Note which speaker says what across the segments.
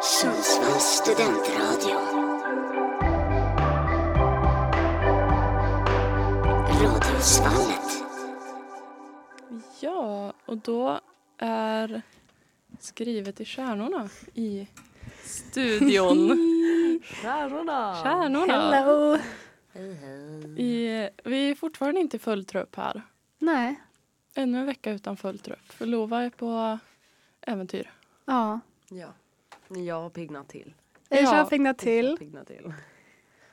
Speaker 1: Sundsvalls studentradio. Radiosvallet.
Speaker 2: Ja, och då är skrivet i stjärnorna i studion.
Speaker 3: Stjärnorna!
Speaker 2: Stjärnorna!
Speaker 4: Hello!
Speaker 2: I, vi är fortfarande inte i full trupp här.
Speaker 4: Nej,
Speaker 2: Ännu en vecka utan full trupp. För Lova är på äventyr.
Speaker 4: ja.
Speaker 3: Ja. Jag har piggnat till.
Speaker 2: Ja.
Speaker 4: Aisha har fingrat till.
Speaker 3: Piggnat till.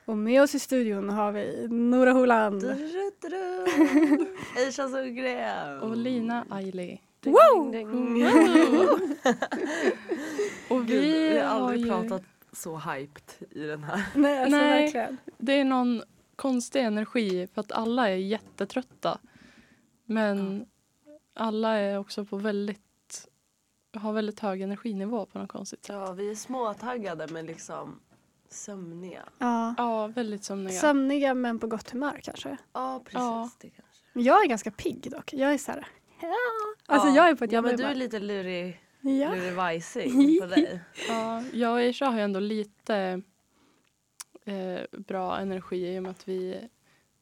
Speaker 4: Och med oss i studion har vi Nora Holand.
Speaker 3: Du-du-du-du. Aisha Sundgren!
Speaker 2: Och Lina Ailey.
Speaker 3: Ding, ding, ding.
Speaker 2: Och
Speaker 3: Mm. Gud,
Speaker 2: vi
Speaker 3: vi har
Speaker 2: har
Speaker 3: aldrig
Speaker 2: ju...
Speaker 3: pratat så hyped i den här.
Speaker 4: Nej, alltså
Speaker 2: Nej.
Speaker 4: verkligen.
Speaker 2: Det är någon konstig energi för att alla är jättetrötta. Men alla är också på väldigt har väldigt hög energinivå på något konstigt sätt.
Speaker 3: Ja, vi är småtaggade men liksom sömniga.
Speaker 4: Ja.
Speaker 2: Ja, väldigt sömniga.
Speaker 4: Sömniga men på gott humör kanske.
Speaker 3: Ja, precis.
Speaker 2: Ja.
Speaker 3: Det kanske.
Speaker 4: Jag är ganska pigg dock. Jag är så här... Ja. Alltså jag är på ett
Speaker 3: Ja,
Speaker 4: jobb
Speaker 3: men
Speaker 4: och
Speaker 3: du är
Speaker 4: jag
Speaker 3: lite lurig,
Speaker 4: bara, ja.
Speaker 3: lurivajsing på dig.
Speaker 2: Ja, jag och Aisha har ju ändå lite eh, bra energi i och med att vi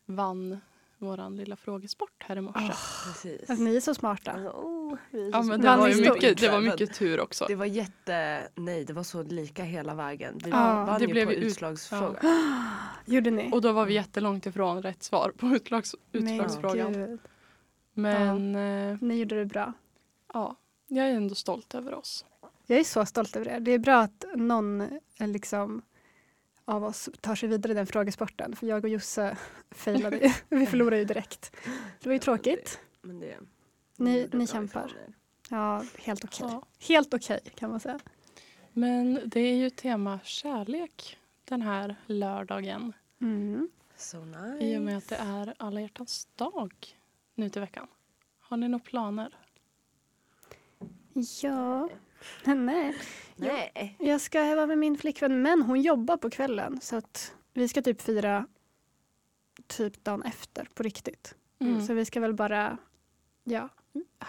Speaker 2: vann vår lilla frågesport här i morse.
Speaker 3: Precis.
Speaker 4: Alltså, ni är så smarta.
Speaker 3: Alltså, oh, vi är
Speaker 2: Ah, ja,
Speaker 3: så
Speaker 2: men det,
Speaker 3: småtaggade.
Speaker 4: vann
Speaker 2: var
Speaker 4: i
Speaker 2: ju
Speaker 4: stort.
Speaker 2: mycket, det var
Speaker 3: Men-
Speaker 2: mycket tur också.
Speaker 3: Det var jätte, nej det var så lika hela vägen. Vi
Speaker 4: Ja,
Speaker 3: vann
Speaker 2: det
Speaker 3: ju
Speaker 2: blev
Speaker 3: på
Speaker 2: ju ut-
Speaker 3: utslagsfråga.
Speaker 4: Gjorde ni?
Speaker 2: Och då var vi jättelångt ifrån rätt svar på utlags,
Speaker 4: Men
Speaker 2: utslagsfrågan.
Speaker 4: gud,
Speaker 2: Men eh,
Speaker 4: Ni gjorde det bra.
Speaker 2: ja, jag är ändå stolt över oss.
Speaker 4: Jag är så stolt över er. Det är bra att någon eh, liksom, av oss tar sig vidare i den frågesporten. För jag och Josse failade ju. Vi förlorade ju direkt. Det var ju tråkigt.
Speaker 3: Men Mm, det,
Speaker 4: Ni-
Speaker 3: gjorde
Speaker 4: ni
Speaker 3: bra
Speaker 4: kämpar.
Speaker 3: ifrån er.
Speaker 4: Ja, helt okej.
Speaker 2: Ja.
Speaker 4: Helt okej kan man säga.
Speaker 2: Men det är ju tema kärlek den här lördagen
Speaker 4: Mm.
Speaker 3: So nice.
Speaker 2: i och med att det är alla hjärtans dag nu till veckan. Har ni några planer?
Speaker 4: Ja. Nej.
Speaker 3: Nej.
Speaker 4: Jag ska vara med min flickvän men hon jobbar på kvällen så att vi ska typ fira typ dagen efter på riktigt.
Speaker 2: Mm.
Speaker 4: Så vi ska väl bara, ja,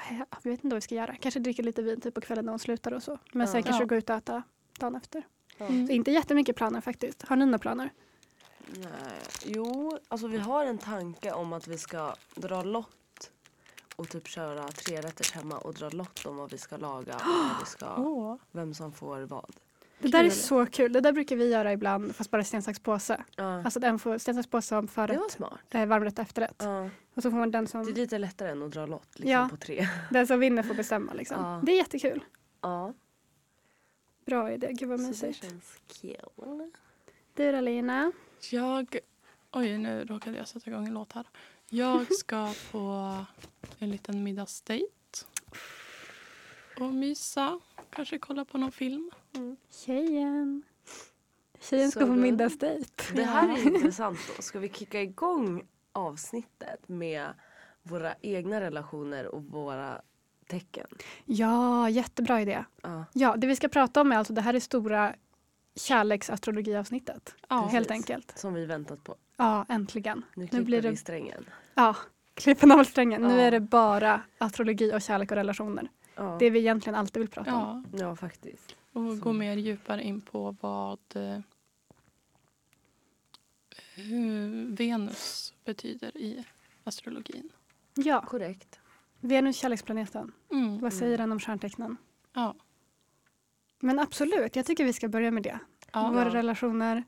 Speaker 4: jag vet inte vad vi ska göra. Kanske dricka lite vin typ på kvällen när hon slutar och så. Men sen
Speaker 3: Ja.
Speaker 4: kanske
Speaker 2: Ja.
Speaker 4: gå ut och äta dagen efter. Så
Speaker 2: Mm.
Speaker 4: inte jättemycket planer faktiskt. Har ni några planer?
Speaker 3: Nej. Jo, alltså vi har en tanke om att vi ska dra lott och typ köra tre rätter hemma och dra lott om vad vi ska laga och vad vi ska,
Speaker 2: Åh.
Speaker 3: vem som får vad.
Speaker 4: Det där är
Speaker 2: Kul.
Speaker 4: så kul. Det där brukar vi göra ibland fast bara sten, sax, påse.
Speaker 3: Ja,
Speaker 4: Alltså den får sten, sax, påse om
Speaker 3: det
Speaker 4: förrätt,
Speaker 3: var smart.
Speaker 4: eh, varmrätt, efterrätt.
Speaker 3: Ja,
Speaker 4: Och så får man den
Speaker 3: det är
Speaker 4: som,
Speaker 3: lite lättare än att dra lott liksom,
Speaker 4: Ja.
Speaker 3: på tre.
Speaker 4: den som vinner får bestämma. Liksom.
Speaker 3: Ja.
Speaker 4: Det är jättekul.
Speaker 3: Ja,
Speaker 4: Bra idé. Gud vad
Speaker 3: så det
Speaker 4: mysigt.
Speaker 3: känns kul.
Speaker 4: Du då Lina?
Speaker 2: Jag... Oj, nu råkade jag sätta igång en låt här. Jag ska på en liten middagsdejt och mysa. Kanske kolla på någon film.
Speaker 4: Tjejen. Tjejen ska
Speaker 3: Så
Speaker 4: på
Speaker 3: du-
Speaker 4: middagsdejt.
Speaker 3: Det här är intressant då. Ska vi kicka igång avsnittet med våra egna relationer och våra tecken?
Speaker 4: Ja, jättebra idé.
Speaker 3: Ja,
Speaker 4: Ja, det vi ska prata om är alltså det här är stora kärleksastrologiavsnittet.
Speaker 2: Ja.
Speaker 4: Helt
Speaker 3: Precis.
Speaker 4: enkelt.
Speaker 3: som vi väntat på.
Speaker 4: Ja, äntligen.
Speaker 3: Nu klipper
Speaker 4: blir det-
Speaker 3: vi strängen.
Speaker 4: Ja, klippen av strängen. Nu
Speaker 3: Ja.
Speaker 4: är det bara astrologi och kärlek och relationer.
Speaker 3: Ja,
Speaker 4: Det vi egentligen alltid vill prata om.
Speaker 2: Ja,
Speaker 3: ja faktiskt.
Speaker 2: och gå mer djupare in på vad eh, hur Venus betyder i astrologin.
Speaker 4: Ja,
Speaker 3: Korrekt.
Speaker 4: Venus kärleksplaneten.
Speaker 2: Mm.
Speaker 4: Vad säger den om stjärntecknen?
Speaker 2: Ja.
Speaker 4: Men absolut, jag tycker vi ska börja med det.
Speaker 2: Ja.
Speaker 4: Våra relationer,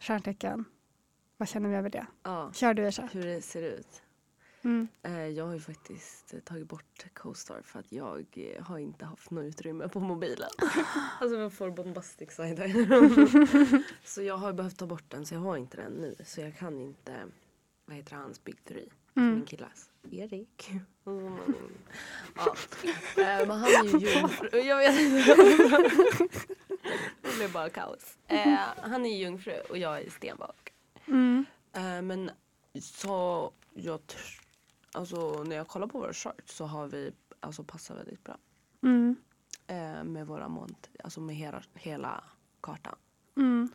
Speaker 4: stjärntecken. Vad känner vi över det?
Speaker 3: Ja,
Speaker 4: Kör du Esha.
Speaker 3: hur det ser ut.
Speaker 4: Mm.
Speaker 3: Eh, Jag har ju faktiskt eh, tagit bort Co-star för att jag eh, har inte haft något utrymme på mobilen. alltså man får bombastic side eye. Så jag har behövt ta bort den så jag har inte den nu. Så jag kan inte, vad heter hans Big Three?
Speaker 4: Mm.
Speaker 3: Min killas. Erik. Mm. ja. Eh, Men han är ju jungfru. Jag vet inte. det blev bara kaos. Eh, Han är jungfru och jag är stenbock.
Speaker 4: Mm.
Speaker 3: Eh, men så jag tr- alltså när jag kollar på våra charts så har vi alltså passar väldigt bra
Speaker 4: Mm.
Speaker 3: eh, med våra månt, alltså med hela, hela kartan.
Speaker 4: Mm.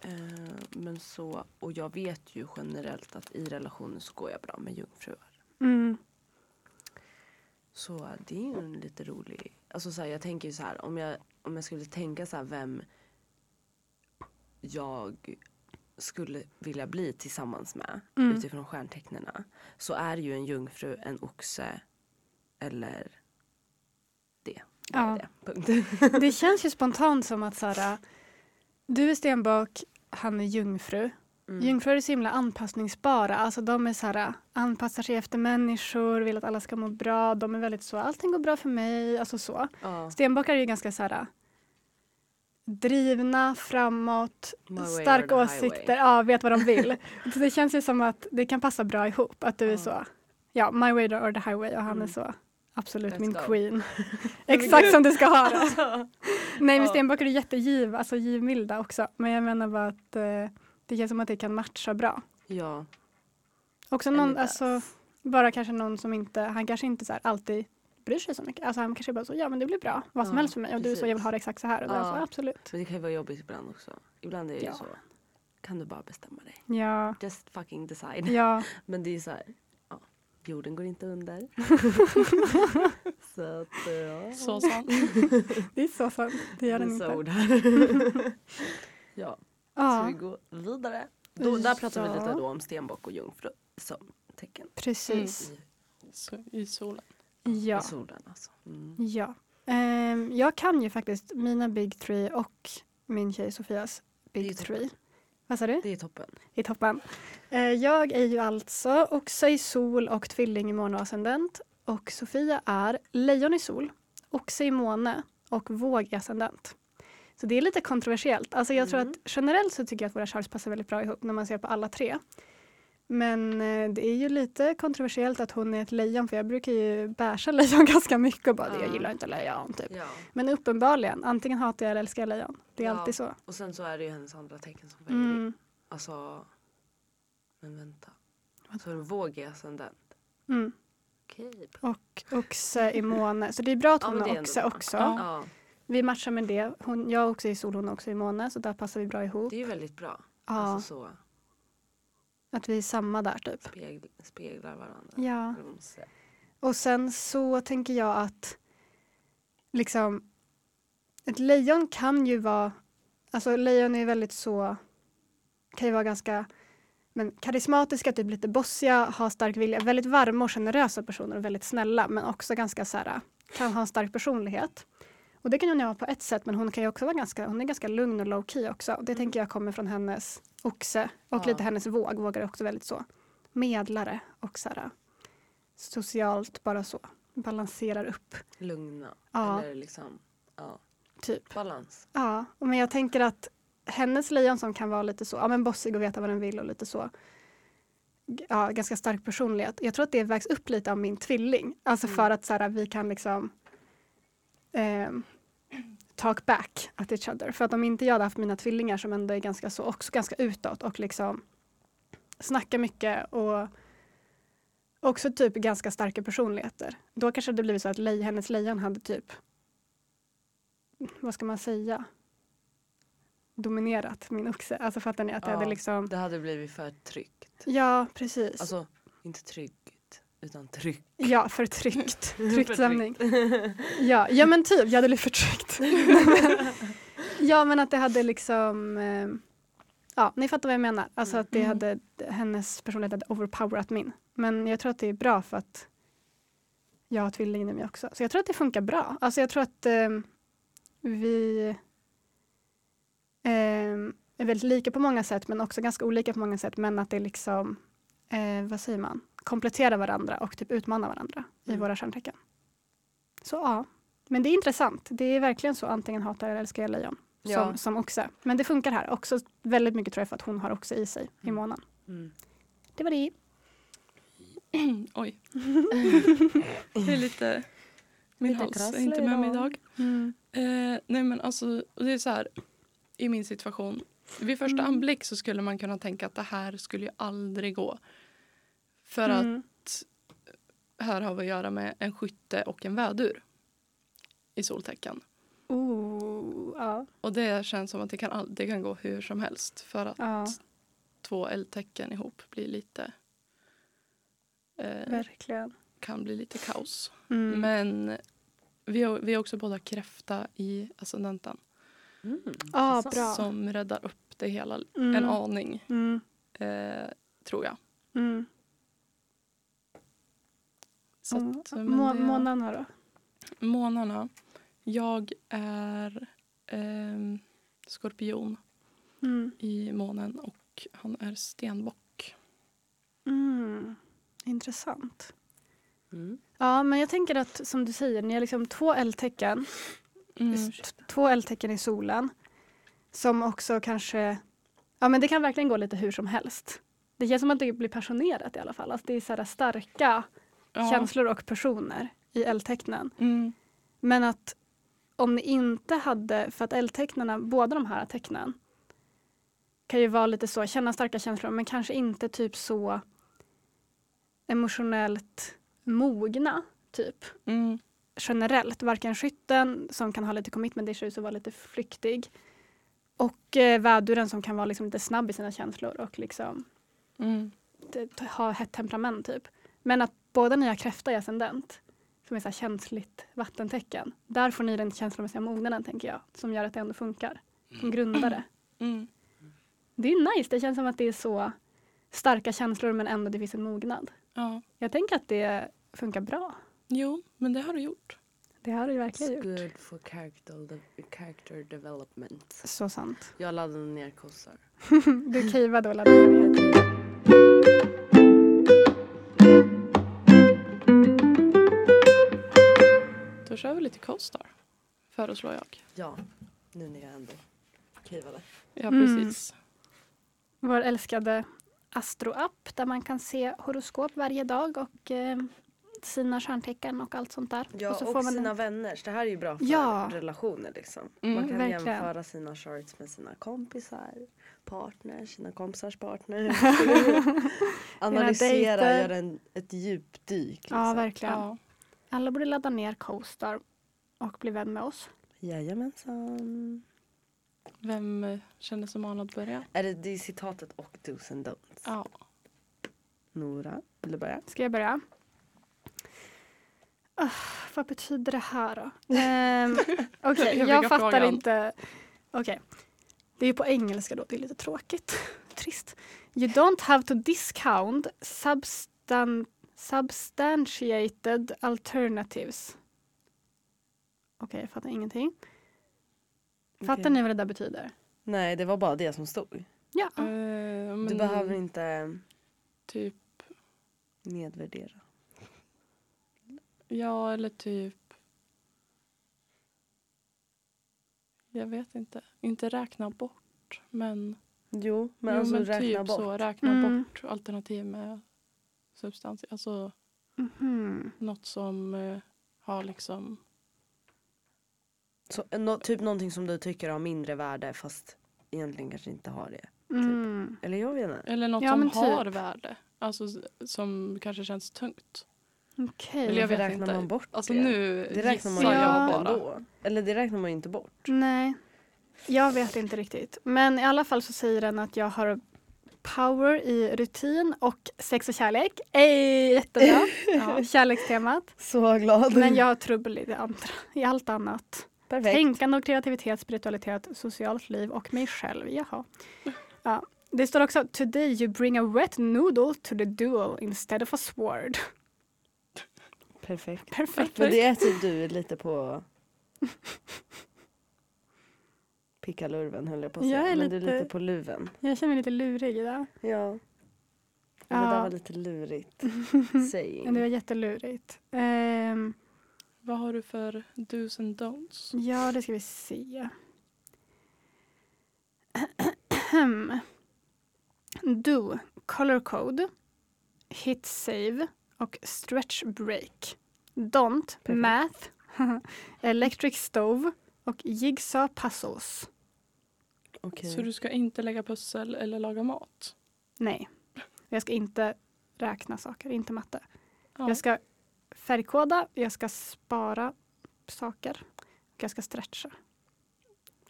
Speaker 3: Eh, men så, och jag vet ju generellt att i relationer så går jag bra med jungfruar.
Speaker 4: Mm.
Speaker 3: Så det är ju en lite rolig... Alltså så här, jag tänker ju så här, om jag, om jag skulle tänka så här vem jag skulle vilja bli tillsammans med
Speaker 4: Mm.
Speaker 3: utifrån stjärntecknena så är ju en jungfru en oxe eller det. Bara
Speaker 4: Ja.
Speaker 3: det. Punkt.
Speaker 4: Det känns ju spontant som att så här, du är stenbock, han är jungfru.
Speaker 3: Mm.
Speaker 4: Jungfrur är så himla anpassningsbara. Alltså de är så här, anpassar sig efter människor, vill att alla ska må bra. De är väldigt så, allting går bra för mig. Alltså så.
Speaker 3: Ja.
Speaker 4: Stenbockar är ju ganska så här, drivna, framåt,
Speaker 3: My way or the
Speaker 4: starka
Speaker 3: highway.
Speaker 4: åsikter, ja, vet vad de vill. så det känns ju som att det kan passa bra ihop. Att du är
Speaker 3: Ja.
Speaker 4: så, ja, my way or the highway och han
Speaker 3: Mm.
Speaker 4: är så, absolut
Speaker 3: Let's
Speaker 4: min
Speaker 3: go.
Speaker 4: queen. Exakt som du ska ha det. Nej men
Speaker 3: Ja.
Speaker 4: stenbockar är jättegiv, alltså givmilda också. Men jag menar bara att eh, det känns som att det kan matcha bra.
Speaker 3: ja.
Speaker 4: Också
Speaker 3: En
Speaker 4: någon,
Speaker 3: liten-
Speaker 4: alltså, bara kanske någon som inte, han kanske inte så här alltid bryr sig så mycket. Alltså han kanske bara så, ja men det blir bra, vad som
Speaker 3: Ja,
Speaker 4: helst för mig. Och du är så, jag vill
Speaker 3: precis.
Speaker 4: ha det exakt så här. Och då är jag så,
Speaker 3: Ja.
Speaker 4: absolut.
Speaker 3: Men det kan ju vara jobbigt ibland också. Ibland är det
Speaker 4: Ja.
Speaker 3: ju så. Kan du bara bestämma dig?
Speaker 4: Ja,
Speaker 3: Just fucking decide.
Speaker 4: ja,
Speaker 3: Men det är ju så här. Ja, jorden går inte under. så att eh, ja.
Speaker 2: Så sant.
Speaker 4: det är så sant. Det gör den
Speaker 3: Vissa
Speaker 4: inte.
Speaker 3: ord här. ja, ska
Speaker 4: Ja,
Speaker 3: vi gå vidare? Då, där pratar vi
Speaker 4: Ja.
Speaker 3: lite då om stenbock och jungfru som tecken.
Speaker 4: precis.
Speaker 3: I,
Speaker 2: Så, I solen.
Speaker 4: Ja.
Speaker 3: i solen alltså. Mm.
Speaker 4: Ja. Ehm, jag kan ju faktiskt mina Big Three och min tjej Sofias
Speaker 3: Det är
Speaker 4: Big
Speaker 3: toppen.
Speaker 4: Three. Vad sa du?
Speaker 3: Det är toppen.
Speaker 4: I toppen. Eh, jag är ju alltså också i sol och tvilling i måne och ascendent. Och Sofia är lejon i sol, oxe i måne och våg i ascendent. Så det är lite kontroversiellt. Alltså jag tror
Speaker 3: Mm.
Speaker 4: att generellt så tycker jag att våra charts passar väldigt bra ihop när man ser på alla tre. Men eh, det är ju lite kontroversiellt att hon är ett lejon för jag brukar ju bärsa lejon ganska mycket och bara
Speaker 3: Ja.
Speaker 4: jag gillar inte lejon typ.
Speaker 3: Ja.
Speaker 4: Men uppenbarligen, antingen hatar jag eller älskar jag lejon. Det är
Speaker 3: Ja.
Speaker 4: alltid så.
Speaker 3: Och sen så är det ju hennes andra tecken som väger in.
Speaker 4: Mm.
Speaker 3: Alltså, men vänta. Så är det våg i ascendent.
Speaker 4: Mm.
Speaker 3: Okej.
Speaker 4: Och oxe i måne. Så det är bra att
Speaker 3: Ja,
Speaker 4: hon
Speaker 3: men det
Speaker 4: har
Speaker 3: är ändå
Speaker 4: oxe
Speaker 3: bra.
Speaker 4: också.
Speaker 2: Ja.
Speaker 3: Ja,
Speaker 4: Vi matchar med det. Hon, jag är också i sol, hon är också i måne. Så där passar vi bra ihop.
Speaker 3: det är ju väldigt bra.
Speaker 4: Ja,
Speaker 3: Alltså så
Speaker 4: att vi är samma där typ.
Speaker 3: spegl, speglar varandra.
Speaker 4: Ja.
Speaker 3: Eller vad man ska säga.
Speaker 4: Och sen så tänker jag att liksom ett lejon kan ju vara, alltså lejon är ju väldigt så, kan ju vara ganska men karismatiska, typ lite bossiga, ha stark vilja, väldigt varma och generösa personer och väldigt snälla men också ganska så här, kan ha en stark personlighet. Och det kan hon ju ha på ett sätt men hon kan ju också vara ganska, hon är ganska lugn och low key också. Det tänker jag kommer från hennes oxe och
Speaker 3: Ja.
Speaker 4: lite hennes våg, vågar är också väldigt så medlare och så här, socialt bara så, balanserar upp
Speaker 3: Lugna.
Speaker 4: Ja.
Speaker 3: Eller liksom, ja.
Speaker 4: typ.
Speaker 3: Balans.
Speaker 4: Ja, och men jag tänker att hennes lejon som kan vara lite så, ja men bossig och veta vad den vill och lite så, g- ja ganska stark personlighet. Jag tror att det vägs upp lite av min tvilling, alltså
Speaker 3: Mm.
Speaker 4: för att så här, vi kan liksom ehm, talk back at each other. För att om inte jag hade haft mina tvillingar som ändå är ganska så, också ganska utåt och liksom snackar mycket och också typ ganska starka personligheter. Då kanske det blivit så att lej, hennes lejon hade typ, vad ska man säga, dominerat min oxe. Alltså fattar ni? Att det
Speaker 3: Ja.
Speaker 4: hade liksom,
Speaker 3: Det hade blivit för tryggt.
Speaker 4: ja precis.
Speaker 3: Alltså, inte tryggt, utan tryck.
Speaker 4: Ja, förtryckt. Tryckt stämning. Ja, ja men typ, jag hade blivit förtryckt. ja men att det hade liksom, eh, ja ni fattar vad jag menar. Alltså att det
Speaker 2: Mm.
Speaker 4: hade, hennes personlighet hade overpowerat min. Men jag tror att det är bra för att jag har tvillingen i mig också. Så jag tror att det funkar bra. Alltså jag tror att eh, vi eh, är väldigt lika på många sätt men också ganska olika på många sätt. Men att det liksom, eh, vad säger man, kompletterar varandra och typ utmanar varandra i
Speaker 3: Mm.
Speaker 4: våra stjärntecken. Så ja, men det är intressant. Det är verkligen så antingen hatar eller älskar jag lejon.
Speaker 3: Ja.
Speaker 4: Som, som oxe. Men det funkar här också väldigt mycket tror jag för att hon har också i sig i
Speaker 3: Mm.
Speaker 4: månaden.
Speaker 3: Mm.
Speaker 4: Det var det.
Speaker 2: Mm, Oj. Det är lite... Min
Speaker 3: Lite
Speaker 2: hals är
Speaker 3: krasslig
Speaker 2: inte med mig
Speaker 3: idag.
Speaker 2: idag.
Speaker 3: Mm.
Speaker 2: Eh, nej men alltså, och det är så här, i min situation. Vid första
Speaker 4: Mm.
Speaker 2: anblick så skulle man kunna tänka att det här skulle ju aldrig gå. För att
Speaker 4: Mm.
Speaker 2: här har vi att göra med en skytte och en vädur i soltecken.
Speaker 4: Oh, ja.
Speaker 2: Och det känns som att det kan, all- det kan gå hur som helst för att
Speaker 4: ja,
Speaker 2: två eldtecken ihop blir lite eh,
Speaker 4: verkligen.
Speaker 2: kan bli lite kaos.
Speaker 4: Mm.
Speaker 2: Men vi har, vi har också båda kräfta i ascendenten
Speaker 3: Mm.
Speaker 4: ah,
Speaker 3: så-
Speaker 4: bra.
Speaker 2: som räddar upp det hela
Speaker 4: Mm.
Speaker 2: en aning,
Speaker 4: Mm.
Speaker 2: eh, tror jag.
Speaker 4: Mm.
Speaker 2: Så att, eh, men
Speaker 4: Mm. Må-
Speaker 2: det-
Speaker 4: Månaderna då?
Speaker 2: Månarna. Jag är ehm, skorpion
Speaker 4: Mm.
Speaker 2: i månen och han är stenbock.
Speaker 4: Mm. Intressant.
Speaker 3: Mm.
Speaker 4: Ja, men jag tänker att som du säger, ni har liksom två eldtecken.
Speaker 2: Mm.
Speaker 4: t- Två eldtecken i solen. Som också kanske... Ja, men det kan verkligen gå lite hur som helst. Det känns som att det blir passionerat i alla fall. Alltså, det är så här starka
Speaker 2: Ja.
Speaker 4: känslor och personer i eldtecknen.
Speaker 2: Mm.
Speaker 4: Men att om ni inte hade, för att eldtecknarna, båda de här tecknen kan ju vara lite så, känna starka känslor men kanske inte typ så emotionellt mogna typ
Speaker 2: Mm.
Speaker 4: generellt. Varken skytten som kan ha lite commitment issues och vara lite flyktig och eh, väduren som kan vara liksom lite snabb i sina känslor och liksom
Speaker 2: Mm.
Speaker 4: det- ha hett temperament typ. Men att båda ni har kräfta i ascendent, som är så här känsligt vattentecken. Där får ni den känslomässiga mognaden tänker jag, som gör att det ändå funkar. Som grundare.
Speaker 2: Mm.
Speaker 4: Det är nice, det känns som att det är så starka känslor men ändå det finns en mognad.
Speaker 2: Ja.
Speaker 4: Jag tänker att det funkar bra.
Speaker 2: Jo, men det har du gjort.
Speaker 4: Det har det
Speaker 3: It's
Speaker 4: verkligen gjort.
Speaker 3: good for character, de- character development.
Speaker 4: Så sant.
Speaker 3: Jag laddade ner kossar.
Speaker 4: Du cavade och laddade ner.
Speaker 2: Då kör vi lite Coastar, föreslår jag.
Speaker 3: Ja, nu när jag ändå kivade.
Speaker 2: Ja,
Speaker 4: Mm.
Speaker 2: precis.
Speaker 4: Vår älskade Astro-app där man kan se horoskop varje dag och eh, sina stjärntecken och allt sånt där.
Speaker 3: Ja, och,
Speaker 4: så får man en-
Speaker 3: sina vänners. Det här är ju bra för
Speaker 4: Ja.
Speaker 3: relationer liksom.
Speaker 2: Mm,
Speaker 3: Man kan
Speaker 4: verkligen.
Speaker 3: jämföra sina charts med sina kompisar, partner, sina kompisars partner. Analysera,
Speaker 4: dejter.
Speaker 3: göra en, ett djupdyk. Liksom.
Speaker 4: Ja, verkligen.
Speaker 2: Ja.
Speaker 4: Alla borde ladda ner Coastar och bli vän med oss.
Speaker 3: Jajamensan.
Speaker 2: Vem eh, känner sig manad att börja?
Speaker 3: Är det, det är citatet och dos and don'ts.
Speaker 2: Ja.
Speaker 3: Nora, vill du börja?
Speaker 4: Ska jag börja? Ah, vad betyder det här då? Ehm, Okej,
Speaker 2: Eviga
Speaker 4: jag fattar
Speaker 2: frågan.
Speaker 4: inte. Okej. Det är på engelska då, det är lite tråkigt. Trist. You don't have to discount substan- substantiated alternatives. Okej, jag fattar ingenting. Fattar
Speaker 3: Okej.
Speaker 4: ni vad det där betyder?
Speaker 3: Nej, det var bara det som stod.
Speaker 4: Ja.
Speaker 2: Eh, men
Speaker 3: Du behöver inte
Speaker 2: Typ,
Speaker 3: nedvärdera.
Speaker 2: ja, eller typ... Jag vet inte. Inte räkna bort, men...
Speaker 3: Jo, men
Speaker 2: jo,
Speaker 3: alltså
Speaker 2: men
Speaker 3: räkna
Speaker 2: typ
Speaker 3: bort.
Speaker 2: så. Räkna
Speaker 4: Mm.
Speaker 2: bort alternativ med substans. Alltså
Speaker 4: Mhm.
Speaker 2: något som eh, har liksom...
Speaker 3: Så, eh, nå- typ någonting som du tycker har mindre värde fast egentligen kanske inte har det.
Speaker 4: Mm.
Speaker 3: Eller jag vet inte.
Speaker 2: Eller något
Speaker 4: Ja, men
Speaker 2: som
Speaker 4: typ.
Speaker 2: har värde. Alltså s- som kanske känns tungt.
Speaker 4: Okej.
Speaker 2: Eller jag
Speaker 3: Varför
Speaker 2: vet
Speaker 3: räknar
Speaker 2: inte.
Speaker 3: man bort
Speaker 2: Alltså
Speaker 3: det?
Speaker 2: nu
Speaker 3: Det räknar man
Speaker 2: gissar
Speaker 4: ju
Speaker 2: jag
Speaker 4: bort
Speaker 2: bara.
Speaker 3: Ändå. Eller det räknar man ju inte bort.
Speaker 4: Nej, jag vet inte riktigt. Men i alla fall så säger den att jag har power i rutin och sex och kärlek. Ey, jättebra. Ja, kärlekstemat.
Speaker 3: Så glad.
Speaker 4: Men jag har trubbel i det andra, i allt annat.
Speaker 3: Perfekt.
Speaker 4: Tänkande och kreativitet, spiritualitet, socialt liv och mig själv. Jaha. Ja. Det står också Today you bring a wet noodle to the duel instead of a sword.
Speaker 3: Perfekt.
Speaker 4: Perfekt.
Speaker 3: Men det är typ du är lite på pickalurven höll jag på att säga.
Speaker 4: Jag är
Speaker 3: Men du är
Speaker 4: lite-
Speaker 3: lite på luven.
Speaker 4: Jag känner mig lite lurig idag.
Speaker 3: Ja.
Speaker 4: Ja.
Speaker 3: Det där var lite lurigt.
Speaker 4: Men Det var
Speaker 3: Saying.
Speaker 4: jättelurigt. Ehm,
Speaker 2: Vad har du för dos and don'ts?
Speaker 4: Ja, det ska vi se. Do, color code, hit save och stretch break. Don't,
Speaker 3: Perfekt.
Speaker 4: math, electric stove och jigsaw puzzles.
Speaker 3: Okej.
Speaker 2: Så du ska inte lägga pussel eller laga mat?
Speaker 4: Nej, jag ska inte räkna saker, inte matte.
Speaker 2: Ja.
Speaker 4: Jag ska färgkoda, jag ska spara saker och jag ska stretcha.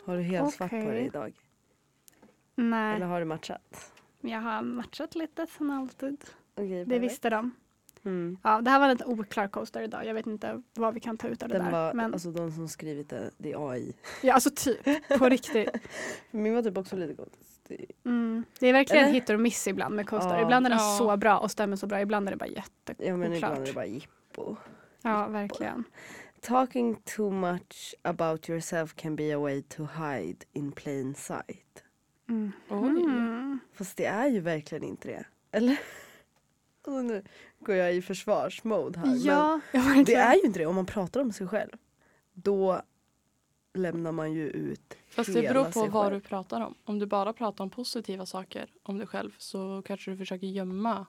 Speaker 3: Har du helt svart på dig
Speaker 4: Okej.
Speaker 3: idag?
Speaker 4: Nej,
Speaker 3: Eller har du matchat?
Speaker 4: jag har matchat lite som alltid.
Speaker 3: Okej,
Speaker 4: Det
Speaker 3: perfekt.
Speaker 4: visste de.
Speaker 3: Mm.
Speaker 4: Ja, det här var en lite oklar coaster idag. Jag vet inte vad vi kan ta ut av det
Speaker 3: Den
Speaker 4: där.
Speaker 3: var,
Speaker 4: men,
Speaker 3: alltså de som skrivit det, det är AI.
Speaker 4: ja, alltså typ. På riktigt.
Speaker 3: Min var typ också lite konstig.
Speaker 4: Mm. Det är verkligen
Speaker 3: Eller?
Speaker 4: hit och miss ibland med coaster.
Speaker 3: Ja.
Speaker 4: Ibland är den
Speaker 2: Ja.
Speaker 4: så bra och stämmer så bra. Ibland är det bara jätte...
Speaker 3: Ja men
Speaker 4: Oklart.
Speaker 3: ibland är det bara jippo.
Speaker 4: Ja, verkligen.
Speaker 3: Talking too much about yourself can be a way to hide in plain sight.
Speaker 4: Mm.
Speaker 2: Oj.
Speaker 4: Mm.
Speaker 3: Fast det är ju verkligen inte det. Eller? Alltså nu går jag i försvarsmode här.
Speaker 4: Ja,
Speaker 3: Men det är ju inte det. Om man pratar om sig själv då lämnar man ju ut
Speaker 2: Fast det
Speaker 3: hela
Speaker 2: beror på
Speaker 3: sig
Speaker 2: vad
Speaker 3: själv.
Speaker 2: du pratar om. Om du bara pratar om positiva saker om dig själv så kanske du försöker gömma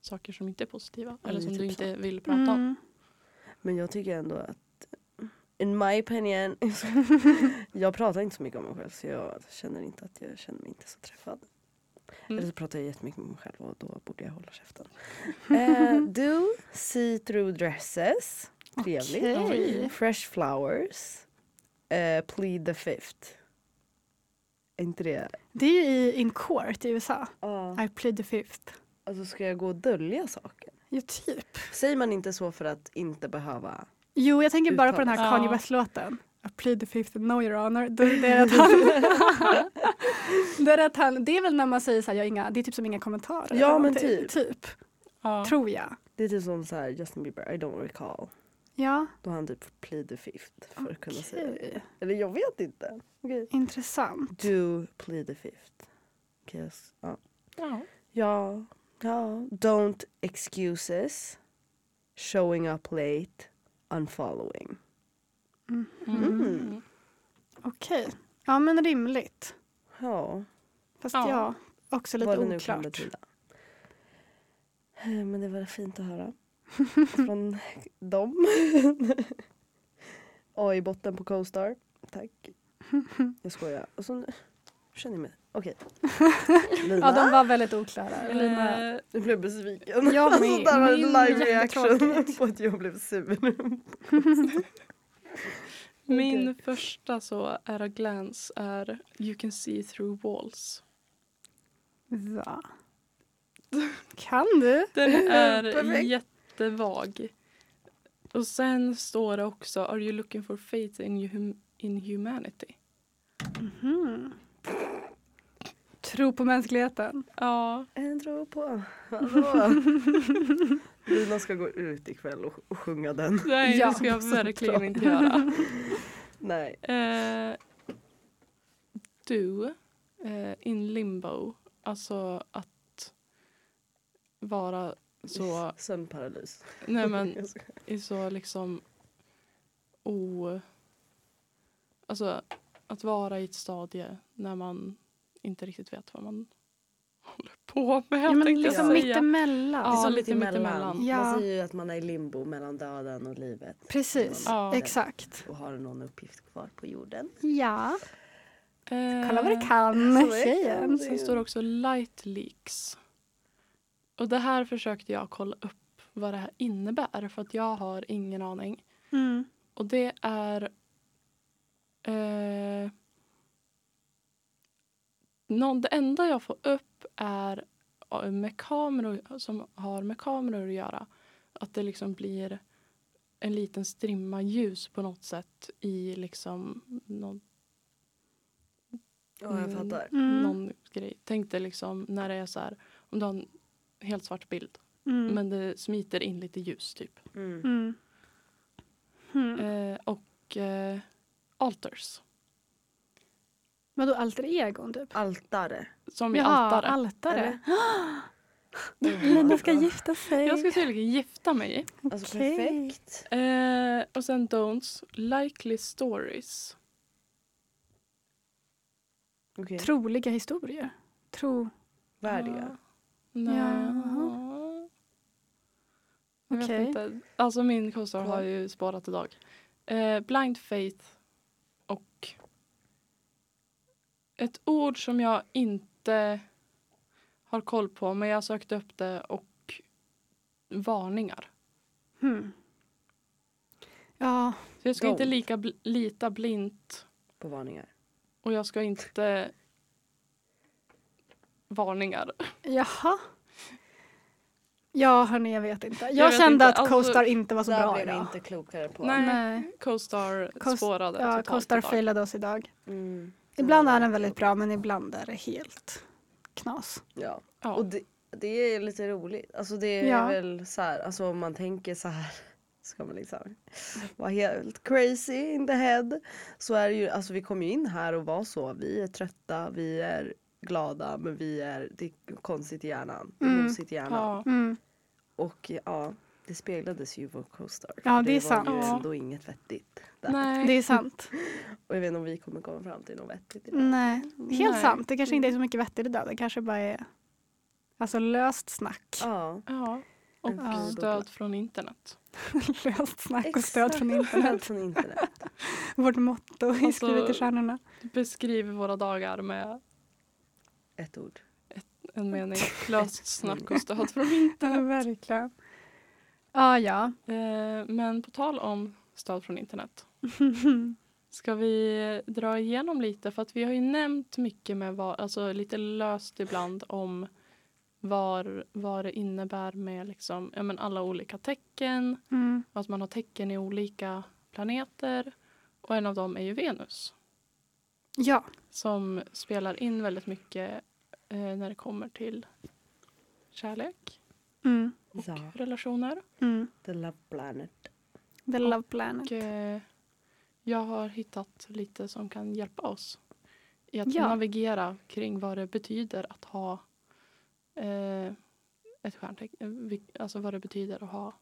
Speaker 2: saker som inte är positiva
Speaker 3: Ja,
Speaker 2: eller
Speaker 3: det är
Speaker 2: som du
Speaker 3: typ
Speaker 2: inte vill prata om.
Speaker 4: Mm.
Speaker 3: Men jag tycker ändå att in my opinion jag pratar inte så mycket om mig själv så jag känner inte att jag känner mig inte så träffad.
Speaker 2: Mm.
Speaker 3: Eller så pratar jag jättemycket med mig själv och då borde jag hålla käften. eh, do see through dresses. Trevligt.
Speaker 4: Okej.
Speaker 3: Fresh flowers. Eh, plead the fifth. Är inte det?
Speaker 4: Det är ju i in court i USA.
Speaker 3: Ja.
Speaker 4: I plead the fifth.
Speaker 3: Alltså ska jag gå och dölja saker?
Speaker 4: Ja, typ.
Speaker 3: Säger man inte så för att inte behöva?
Speaker 4: Jo, jag tänker bara på den här
Speaker 2: Uttalas.
Speaker 4: Kanye
Speaker 2: Ja.
Speaker 4: West-låten. I plead the fifth and know your honor. Då- Det är, att han, det, är att han, det är väl när man säger så här, jag har inga, det är typ som inga kommentarer.
Speaker 3: Ja,
Speaker 4: eller
Speaker 3: men
Speaker 4: någonting.
Speaker 3: typ.
Speaker 4: typ.
Speaker 2: Ja.
Speaker 4: Tror jag.
Speaker 3: Det är typ som så här Justin Bieber, I don't recall.
Speaker 4: Ja,
Speaker 3: Då har han typ plead the fifth för att kunna säga det.
Speaker 4: okej.
Speaker 3: Eller jag vet inte. Okay.
Speaker 4: Intressant.
Speaker 3: Do plead the fifth. Okay, jag s- ja.
Speaker 2: Ja.
Speaker 3: ja. Ja. Don't excuses. Showing up late. Unfollowing.
Speaker 2: Mm.
Speaker 3: Mm.
Speaker 4: Okej. Ja, men rimligt.
Speaker 3: Ja,
Speaker 4: Fast ja,
Speaker 2: Ja.
Speaker 4: också lite
Speaker 3: vad det nu kan
Speaker 4: oklart.
Speaker 3: betyda. Eh, Men det var fint att höra. Från dem. AI-botten på Co-star. Tack. Jag skojar. Och så nu känner jag mig... Okej. Lina.
Speaker 4: Ja, de var väldigt oklara. Lina.
Speaker 2: Eh,
Speaker 3: Nu blev jag besviken.
Speaker 4: Jag
Speaker 3: alltså,
Speaker 4: med.
Speaker 3: där var en
Speaker 4: Min
Speaker 3: live reaction
Speaker 4: jättetråkigt.
Speaker 3: på att jag blev sur.
Speaker 2: Min första så at a glance är You can see through walls.
Speaker 4: Va? Kan du?
Speaker 2: Den är
Speaker 3: Perfekt.
Speaker 2: jättevag. Och sen står det också Are you looking for faith in, your hum- in humanity?
Speaker 4: Mhm. Tro på mänskligheten.
Speaker 2: Ja,
Speaker 3: En tro på... Hallå. Lina ska gå ut ikväll och, och sjunga den.
Speaker 2: nej
Speaker 4: Ja,
Speaker 2: det ska jag
Speaker 3: så bra.
Speaker 2: verkligen inte göra.
Speaker 3: Nej.
Speaker 2: Eh, du, eh, in limbo, alltså att vara så,
Speaker 3: Sömnparalys.
Speaker 2: nej men
Speaker 3: Jag skojar.
Speaker 2: är så liksom o... Alltså att vara i ett stadie när man inte riktigt vet vad man håller på med.
Speaker 4: Ja, men
Speaker 2: tänkte jag
Speaker 4: liksom
Speaker 2: säga.
Speaker 4: mittemellan.
Speaker 2: Ja,
Speaker 3: Det är som
Speaker 2: lite
Speaker 3: mittemellan.
Speaker 2: mittemellan.
Speaker 4: Ja.
Speaker 3: Man säger ju att man är i limbo mellan döden och livet.
Speaker 4: Precis,
Speaker 2: Ja.
Speaker 4: exakt.
Speaker 3: Och har någon uppgift kvar på jorden.
Speaker 4: Ja.
Speaker 2: Eh,
Speaker 4: Kolla vad det kan,
Speaker 3: så är det.
Speaker 4: tjejen.
Speaker 2: Sen står det också light leaks. Och det här försökte jag kolla upp vad det här innebär för att jag har ingen aning.
Speaker 4: Mm.
Speaker 2: Och det är eh, någon, Det enda jag får upp är eh, med kameror, som har med kameror att göra. Att det liksom blir en liten strimma ljus på något sätt i liksom någon,
Speaker 3: Ja, jag fattar.
Speaker 4: Mm.
Speaker 2: någon grej. Tänk dig liksom när det är så här, om du har en helt svart bild
Speaker 4: Mm.
Speaker 2: men det smiter in lite ljus typ.
Speaker 3: Mm.
Speaker 4: Mm. Mm.
Speaker 2: Eh, och eh, altars.
Speaker 4: Vadå alter egon typ?
Speaker 3: Altare.
Speaker 2: Som i altare.
Speaker 4: altare.
Speaker 3: Eller?
Speaker 4: Lina Mm. ska gifta sig.
Speaker 2: Jag ska tydligen gifta mig.
Speaker 3: Alltså
Speaker 4: Okej.
Speaker 3: perfekt.
Speaker 2: Eh, och sen don'ts. Likely stories.
Speaker 3: Okay.
Speaker 4: Troliga historier. Tro.
Speaker 3: Värdiga.
Speaker 2: Nej.
Speaker 4: Jaha.
Speaker 2: Jag vet
Speaker 4: Okej.
Speaker 2: inte. Alltså min kostar
Speaker 3: Klar.
Speaker 2: har ju sparat idag. Eh, blind faith och ett ord som jag inte har koll på men jag sökte upp det och varningar.
Speaker 4: Hmm. Ja,
Speaker 2: Så jag ska inte
Speaker 3: Don't.
Speaker 2: lika bl- lita blint
Speaker 3: På varningar.
Speaker 2: och jag ska inte varningar.
Speaker 4: jaha. Ja, hörni, jag vet inte. Jag,
Speaker 2: vet
Speaker 4: kände
Speaker 2: inte,
Speaker 4: att
Speaker 2: alltså,
Speaker 4: Coastar inte var så
Speaker 3: Där
Speaker 4: bra
Speaker 3: blev vi
Speaker 4: idag.
Speaker 3: inte klokare på.
Speaker 2: Nej.
Speaker 4: Nej.
Speaker 2: Coastar
Speaker 4: Coast-
Speaker 2: spårade
Speaker 4: Ja,
Speaker 2: totalt
Speaker 4: Coastar
Speaker 2: idag.
Speaker 4: failade oss idag.
Speaker 3: Mm.
Speaker 4: Ibland är
Speaker 3: Mm.
Speaker 4: den väldigt bra men ibland är det helt knas.
Speaker 3: Ja.
Speaker 2: Ja.
Speaker 3: Och det, det är lite roligt. Alltså det är
Speaker 4: Ja.
Speaker 3: väl så här, alltså om man tänker så här ska man liksom vara helt crazy in the head. Så är det ju, alltså vi kom ju in här och var så, vi är trötta, vi är glada men vi är, det är konstigt i hjärnan, det är
Speaker 4: Mm.
Speaker 3: mosigt i hjärnan.
Speaker 2: ja.
Speaker 4: Mm.
Speaker 3: Och ja, det speglades ju i vår co-star.
Speaker 4: Ja, det är sant.
Speaker 3: Det var ju
Speaker 2: Ja.
Speaker 3: ändå inget vettigt där.
Speaker 2: Nej.
Speaker 4: Det är sant.
Speaker 3: Och jag vet inte om vi kommer komma fram till något vettigt idag.
Speaker 4: Nej, helt
Speaker 2: Nej.
Speaker 4: sant. Det kanske inte är så mycket vettigt idag. Det kanske bara är alltså, löst snack.
Speaker 3: Ja,
Speaker 2: Ja. Och
Speaker 3: Ja.
Speaker 2: stöd från internet.
Speaker 4: löst snack och stöd från internet.
Speaker 3: från internet.
Speaker 4: Vårt motto är
Speaker 2: Alltså-
Speaker 4: skrivet i stjärnorna.
Speaker 2: Beskriv våra dagar med
Speaker 3: Ett ord.
Speaker 2: en mening. Löst snack och stöd från internet.
Speaker 4: Ja, verkligen. Ja, ja.
Speaker 2: Eh, Men på tal om stöd från internet. Ska vi dra igenom lite? För att vi har ju nämnt mycket med vad, alltså lite löst ibland om var, vad det innebär med liksom, ja, men alla olika tecken.
Speaker 4: Mm.
Speaker 2: Och att man har tecken i olika planeter. Och en av dem är ju Venus.
Speaker 4: Ja,
Speaker 2: Som spelar in väldigt mycket eh, när det kommer till kärlek
Speaker 4: mm.
Speaker 2: och
Speaker 3: Ja.
Speaker 2: relationer.
Speaker 4: Mm.
Speaker 3: The Love Planet.
Speaker 4: The Love Planet.
Speaker 2: Och, eh, jag har hittat lite som kan hjälpa oss i att
Speaker 4: Ja.
Speaker 2: navigera kring vad det betyder att ha eh, ett stjärntecken. eh, vil- Alltså vad det betyder att ha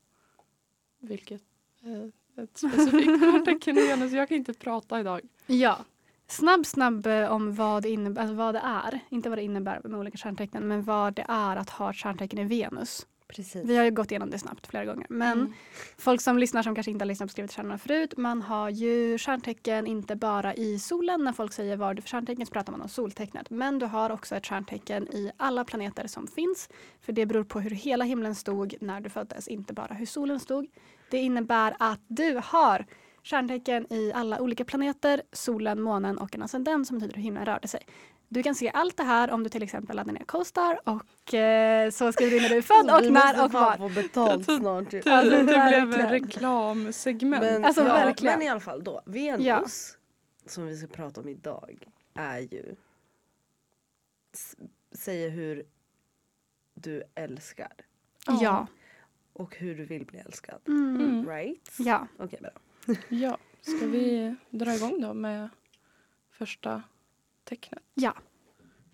Speaker 2: vilket eh, ett specifikt stjärntecken i Venus. Jag kan inte prata idag.
Speaker 4: Ja. Snabb, snabb eh, om vad det, innebär, alltså vad det är. Inte vad det innebär med olika stjärntecken, men vad det är att ha ett stjärntecken i Venus.
Speaker 3: Precis.
Speaker 4: Vi har ju gått igenom det snabbt flera gånger. Men
Speaker 2: Mm.
Speaker 4: folk som lyssnar som kanske inte har lyssnat på Skrivet i stjärnorna förut, man har ju stjärntecken inte bara i solen. När folk säger vad är du för stjärntecken så pratar man om soltecknet. Men du har också ett stjärntecken i alla planeter som finns. För det beror på hur hela himlen stod när du föddes, inte bara hur solen stod. Det innebär att du har stjärntecken i alla olika planeter, solen, månen och en ascendent som betyder hur himlen rörde sig. Du kan se allt det här om du till exempel laddar ner Coastar och eh, så skriver du in när du är född och när och var.
Speaker 3: Vi måste fan få betalt snart. ju.
Speaker 4: Alltså,
Speaker 2: det blev
Speaker 4: verkligen.
Speaker 2: ett reklamsegment.
Speaker 3: Men,
Speaker 4: Alltså,
Speaker 3: ja,
Speaker 4: verkligen.
Speaker 3: men i alla fall då. Venus, som vi ska prata om idag, är ju... s- Säger hur du älskar
Speaker 4: Ja.
Speaker 3: och hur du vill bli älskad.
Speaker 4: Mm.
Speaker 2: Mm.
Speaker 3: Right?
Speaker 4: Ja.
Speaker 3: Okej, bra.
Speaker 2: ja. Ska vi dra igång då med första tecknet?
Speaker 4: ja,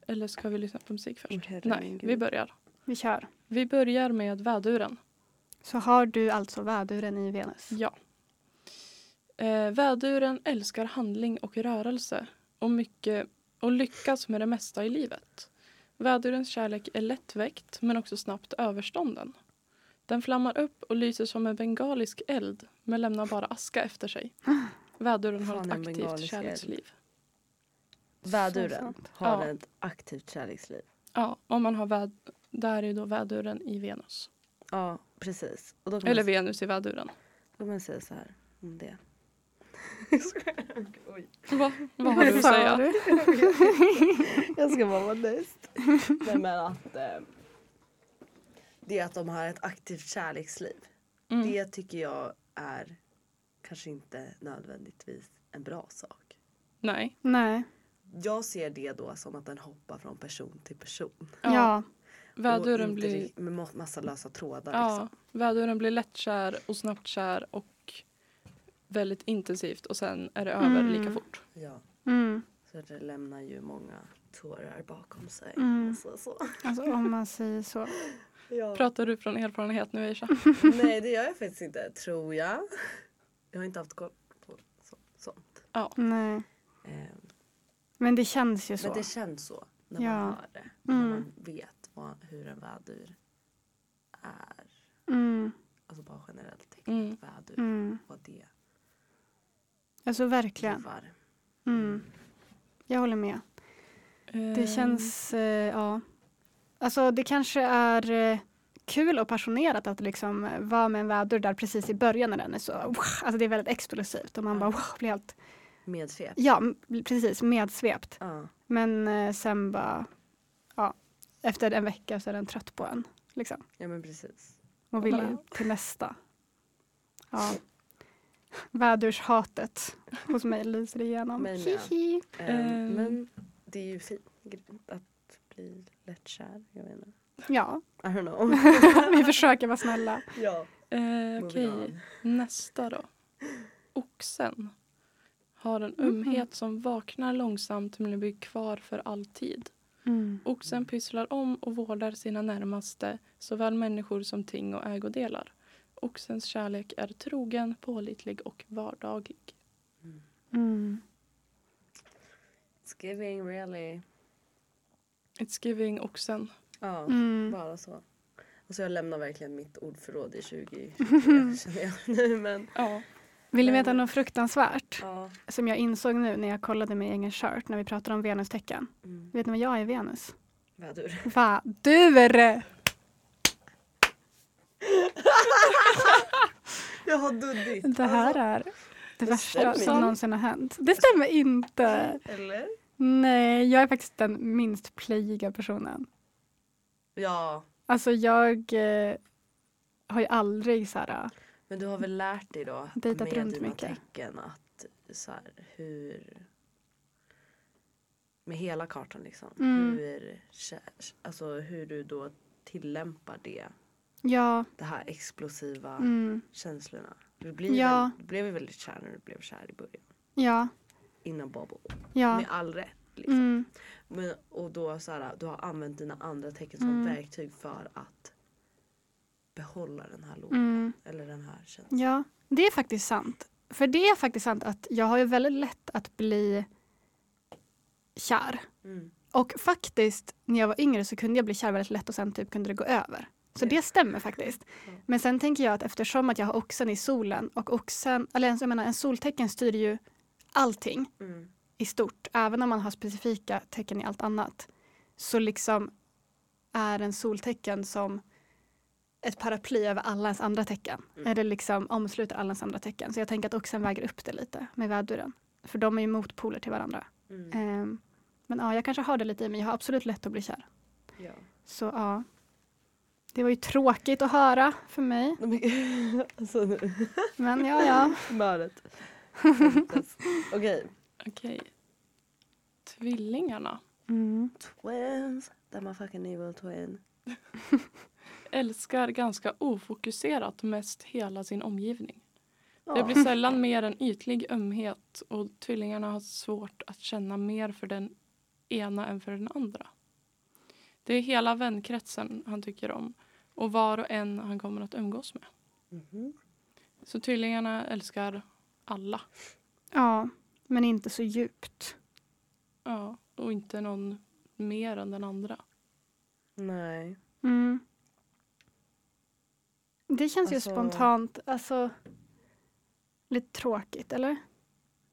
Speaker 2: Eller ska vi lyssna på musik först?
Speaker 3: Åh, herre min
Speaker 2: Nej,
Speaker 3: Gud.
Speaker 2: vi börjar.
Speaker 4: vi kör.
Speaker 2: Vi börjar med väduren.
Speaker 4: Så har du alltså väduren i Venus.
Speaker 2: Ja. Eh, väduren älskar handling och rörelse och, mycket, och lyckas med det mesta i livet. Vädurens kärlek är lättväckt men också snabbt överstånden. Den flammar upp och lyser som en bengalisk eld men lämnar bara aska efter sig. Väduren har
Speaker 3: Fan,
Speaker 2: ett
Speaker 3: en
Speaker 2: aktivt
Speaker 3: bengalisk
Speaker 2: kärleksliv.
Speaker 4: Så
Speaker 3: Väduren
Speaker 4: sant.
Speaker 3: har
Speaker 2: Ja.
Speaker 3: ett aktivt kärleksliv.
Speaker 2: Ja, om man har väd, där är ju då väduren i Venus.
Speaker 3: Ja, precis. Och då kan
Speaker 2: Eller
Speaker 3: man,
Speaker 2: Venus i väduren.
Speaker 3: då kan man säga så här om det. Oj.
Speaker 2: Va, vad har du att
Speaker 4: Sa
Speaker 2: säga?
Speaker 4: du?
Speaker 3: Jag ska bara vara näst. Nej men att eh, det är att de har ett aktivt kärleksliv.
Speaker 2: Mm.
Speaker 3: Det tycker jag är kanske inte nödvändigtvis en bra sak.
Speaker 2: Nej.
Speaker 4: Nej.
Speaker 3: Jag ser det då som att den hoppar från person till person.
Speaker 4: Ja.
Speaker 2: Ja,
Speaker 3: Och
Speaker 2: väduren
Speaker 3: inte
Speaker 2: blir
Speaker 3: rikt- Med ma- massa lösa trådar
Speaker 2: Ja,
Speaker 3: liksom.
Speaker 2: väduren blir lättkär och snabbt kär och väldigt intensivt och sen är det över
Speaker 4: Mm.
Speaker 2: lika fort.
Speaker 3: Ja.
Speaker 4: Mm.
Speaker 3: Så det lämnar ju många tårar bakom sig.
Speaker 4: Mm.
Speaker 3: Och så, så.
Speaker 4: Alltså om man säger så.
Speaker 3: Ja.
Speaker 2: Pratar du från erfarenhet nu Aisha?
Speaker 3: Nej det gör jag faktiskt inte, tror jag. Jag har inte haft koll på så, sånt.
Speaker 4: Nej.
Speaker 3: Ehm,
Speaker 4: Men det känns ju så.
Speaker 3: Men det känns så när
Speaker 4: Ja.
Speaker 3: man hör det. När
Speaker 4: Mm.
Speaker 3: man vet vad, hur en vädur är.
Speaker 4: Mm.
Speaker 3: Alltså bara generellt tänkt
Speaker 2: Mm.
Speaker 3: vädur.
Speaker 4: Mm.
Speaker 3: Vad det
Speaker 4: Alltså verkligen.
Speaker 3: var.
Speaker 4: Mm. Jag håller med.
Speaker 2: Ehm,
Speaker 4: Det känns, eh, ja. Alltså det kanske är eh, kul och passionerat att liksom vara med en vädur där precis i början när den är så, alltså det är väldigt explosivt och man bara blir helt,
Speaker 3: Medsvep.
Speaker 4: ja m- precis medsvept.
Speaker 3: Ja.
Speaker 4: Men eh, sen bara, ja, efter en vecka så är den trött på en. Liksom.
Speaker 3: Ja men precis.
Speaker 4: Man vill ju till nästa. Ja. Vädurshatet hos mig lyser igenom.
Speaker 3: Men ja.
Speaker 4: Hihi.
Speaker 3: Ehm,
Speaker 2: Ehm.
Speaker 3: Men det är ju fint att bli lätt kär. Jag vet inte.
Speaker 4: Ja,
Speaker 3: I don't know.
Speaker 4: vi försöker vara snälla.
Speaker 3: ja.
Speaker 2: Eh, Okej,
Speaker 3: moving on.
Speaker 2: nästa då. Oxen har en ömhet som vaknar långsamt men blir kvar för alltid.
Speaker 4: Mm.
Speaker 2: Oxen pysslar om och vårdar sina närmaste, såväl människor som ting och ägodelar. Oxens kärlek är trogen, pålitlig och vardaglig.
Speaker 4: Mm.
Speaker 3: It's giving really.
Speaker 2: It's giving oxen.
Speaker 3: Ja,
Speaker 4: Mm.
Speaker 3: bara så. Alltså jag lämnar verkligen mitt ordförråd i 20 känner jag nu men.
Speaker 2: Ja.
Speaker 4: Vill ni veta något fruktansvärt
Speaker 3: Ja.
Speaker 4: som jag insåg nu när jag kollade min egen shirt när vi pratade om Venustecken?
Speaker 3: Mm.
Speaker 4: Vet ni vad jag är i Venus?
Speaker 3: Vädur.
Speaker 4: Vadur!
Speaker 3: Jag har duddigt.
Speaker 4: Det här är det värsta
Speaker 3: stämmer
Speaker 4: som
Speaker 3: inte.
Speaker 4: någonsin har hänt. Det stämmer inte.
Speaker 3: Eller?
Speaker 4: Nej, jag är faktiskt den minst playiga personen.
Speaker 3: Ja.
Speaker 4: Alltså jag eh, har ju aldrig så här...
Speaker 3: Men du har väl lärt dig då
Speaker 4: Dejtat
Speaker 3: med
Speaker 4: runt
Speaker 3: dina
Speaker 4: mycket.
Speaker 3: tecken att så här, hur med hela kartan liksom.
Speaker 4: Mm.
Speaker 3: Hur, kä- alltså, hur du då tillämpar det.
Speaker 4: Ja,
Speaker 3: Det här explosiva
Speaker 4: mm,
Speaker 3: känslorna. Du, blir
Speaker 4: Ja.
Speaker 3: väl, du blev ju väldigt kär när du blev kär i början.
Speaker 4: ja,
Speaker 3: Innan Bobo.
Speaker 4: ja.
Speaker 3: Med all rätt. Liksom.
Speaker 4: Mm,
Speaker 3: Men, och då så här, du har använt dina andra tecken som
Speaker 4: Mm.
Speaker 3: verktyg för att behålla den här lådan.
Speaker 4: mm,
Speaker 3: Eller den här känslan.
Speaker 4: ja, det är faktiskt sant. För det är faktiskt sant att jag har ju väldigt lätt att bli kär.
Speaker 3: Mm.
Speaker 4: Och faktiskt, när jag var yngre så kunde jag bli kär väldigt lätt och sen typ kunde det gå över. Så det stämmer faktiskt. Men sen tänker jag att eftersom att jag har oxen i solen och oxen, eller ens- jag menar en soltecken styr ju allting
Speaker 3: Mm.
Speaker 4: i stort, även om man har specifika tecken i allt annat, så liksom är en soltecken som ett paraply över alla ens andra tecken.
Speaker 3: Mm.
Speaker 4: Eller liksom omsluter alla ens andra tecken. Så jag tänker att oxen väger upp det lite med väduren. För de är ju motpoler till varandra.
Speaker 3: Mm.
Speaker 4: Ehm, men ja, jag kanske har det lite i mig. Jag har absolut lätt att bli kär.
Speaker 3: Ja.
Speaker 4: Så ja. Det var ju tråkigt att höra för mig.
Speaker 3: Nej, men- alltså nu,
Speaker 4: Men ja, ja.
Speaker 3: mördet. Okej.
Speaker 2: Okej. Tvillingarna.
Speaker 4: Mm.
Speaker 3: Twins. That motherfucking evil twin.
Speaker 2: Älskar ganska ofokuserat mest hela sin omgivning. Det blir sällan mer än ytlig ömhet och tvillingarna har svårt att känna mer för den ena än för den andra. Det är hela vänkretsen han tycker om och var och en han kommer att umgås med.
Speaker 3: Mhm.
Speaker 2: Så tvillingarna älskar alla.
Speaker 4: Ja, men inte så djupt.
Speaker 2: Ja, och inte någon mer än den andra.
Speaker 3: Nej.
Speaker 4: Mm. Det känns
Speaker 3: Alltså-
Speaker 4: ju spontant, alltså lite tråkigt eller?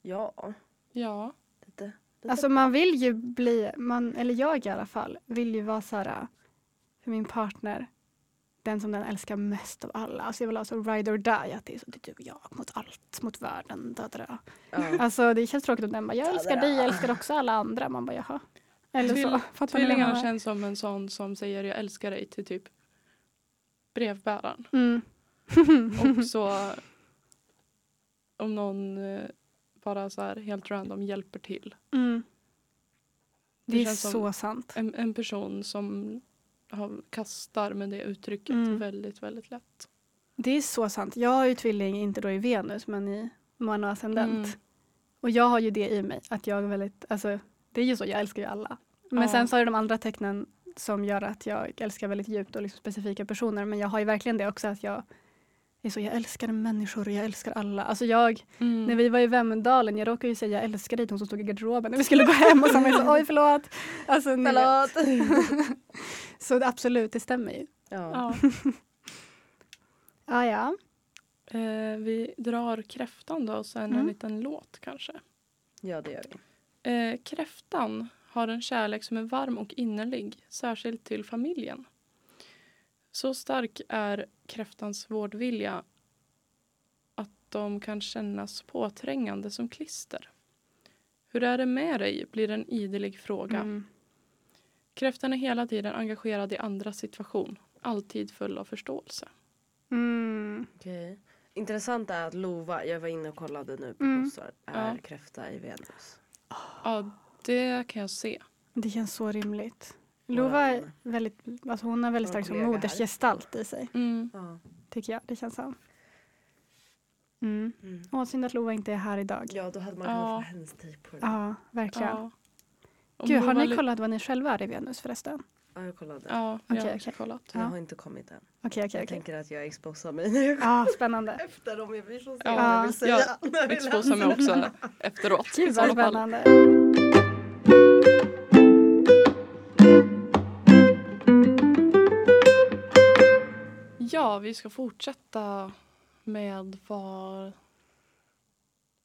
Speaker 3: Ja.
Speaker 2: Ja,
Speaker 3: Lite. lite.
Speaker 4: Alltså man vill ju bli, man, eller jag i alla fall, vill ju vara så här för min partner, den som den älskar mest av alla. Alltså jag vill ha så ride or die, att det är så det är du och jag mot allt, mot världen. Da, da, da.
Speaker 3: ja.
Speaker 4: Alltså det känns tråkigt om den bara, jag
Speaker 3: Da, da,
Speaker 4: älskar
Speaker 3: da.
Speaker 4: dig, jag älskar också alla andra. Man bara jaha. Eller så.
Speaker 2: Tvill-
Speaker 4: Fattar ni vad jag
Speaker 2: Tvillingarna
Speaker 4: menar?
Speaker 2: känns som en sån som säger jag älskar dig till typ brevbäraren.
Speaker 4: Mm.
Speaker 2: Och så om någon eh, bara så här helt random hjälper till.
Speaker 4: Mm.
Speaker 2: Det
Speaker 4: Det är
Speaker 2: känns som-
Speaker 4: så sant.
Speaker 2: En, en person som har, kastar med det uttrycket
Speaker 4: Mm.
Speaker 2: väldigt, väldigt lätt.
Speaker 4: Det är så sant. Jag är ju tvilling, inte då i Venus, men i Moana ascendent.
Speaker 2: Mm.
Speaker 4: Och jag har ju det i mig, att jag är väldigt, alltså det är ju så, jag älskar ju alla. Men
Speaker 2: Ja.
Speaker 4: sen så har jag de andra tecknen som gör att jag älskar väldigt djupt och liksom specifika personer. Men jag har ju verkligen det också att jag är så, jag älskar människor och jag älskar alla. Alltså jag,
Speaker 2: Mm.
Speaker 4: när vi var i Vemdalen, jag råkade ju säga jag älskar dig till hon som stod i garderoben när vi skulle gå hem och sen var jag så, oj förlåt. Alltså, ni vet. Så absolut, det stämmer ju.
Speaker 3: ja.
Speaker 2: ja.
Speaker 4: Ja, ja.
Speaker 2: eh, vi drar kräftan då och sen en
Speaker 4: Mm.
Speaker 2: liten låt kanske.
Speaker 3: ja, det gör vi.
Speaker 2: Eh, kräftan har en kärlek som är varm och innerlig, särskilt till familjen. Så stark är kräftans vårdvilja att de kan kännas påträngande som klister. Hur är det med dig? blir en idelig fråga.
Speaker 4: Mm.
Speaker 2: Kräftan är hela tiden engagerad i andras situation. alltid full av förståelse.
Speaker 4: Mm.
Speaker 3: Okej. Intressant är att Lova, jag var inne och kollade nu på
Speaker 4: Mm.
Speaker 3: kostar, är
Speaker 2: Ja.
Speaker 3: kräfta i Venus.
Speaker 2: Ja, det kan jag se.
Speaker 4: Det känns så rimligt.
Speaker 3: Ja,
Speaker 4: Lova
Speaker 3: jag
Speaker 4: är
Speaker 3: menar.
Speaker 4: väldigt, alltså hon är väldigt
Speaker 3: Vår
Speaker 4: stark som
Speaker 3: kollega här.
Speaker 4: modersgestalt i sig.
Speaker 2: Mm.
Speaker 3: Ja.
Speaker 4: Tycker jag. Det känns som. Mm.
Speaker 3: Mm.
Speaker 4: Åh, synd att Lova inte är här idag.
Speaker 3: ja, då hade man
Speaker 2: Ja.
Speaker 3: kunnat få hennes tid på det.
Speaker 4: Ja, verkligen.
Speaker 2: Ja. Om
Speaker 4: Gud,
Speaker 2: hon
Speaker 4: har
Speaker 2: var
Speaker 4: ni
Speaker 2: li-
Speaker 4: kollat vad ni själva är i Venus förresten?
Speaker 3: Ja, jag kollade.
Speaker 2: Ja, jag
Speaker 4: Okej,
Speaker 2: har
Speaker 4: okej.
Speaker 2: kollat.
Speaker 4: Ja.
Speaker 3: Jag har inte kommit än.
Speaker 4: Okej,
Speaker 3: Jag
Speaker 4: okej, okej.
Speaker 3: tänker att jag exposar mig när jag
Speaker 4: Ja, spännande.
Speaker 3: efter om jag blir så
Speaker 2: Ja.
Speaker 3: vad jag vill säga.
Speaker 2: Ja.
Speaker 3: När jag vill
Speaker 2: Exposar mig också efteråt. i
Speaker 4: Gud
Speaker 2: så
Speaker 4: vad
Speaker 2: fall.
Speaker 4: spännande.
Speaker 2: Ja, vi ska fortsätta med var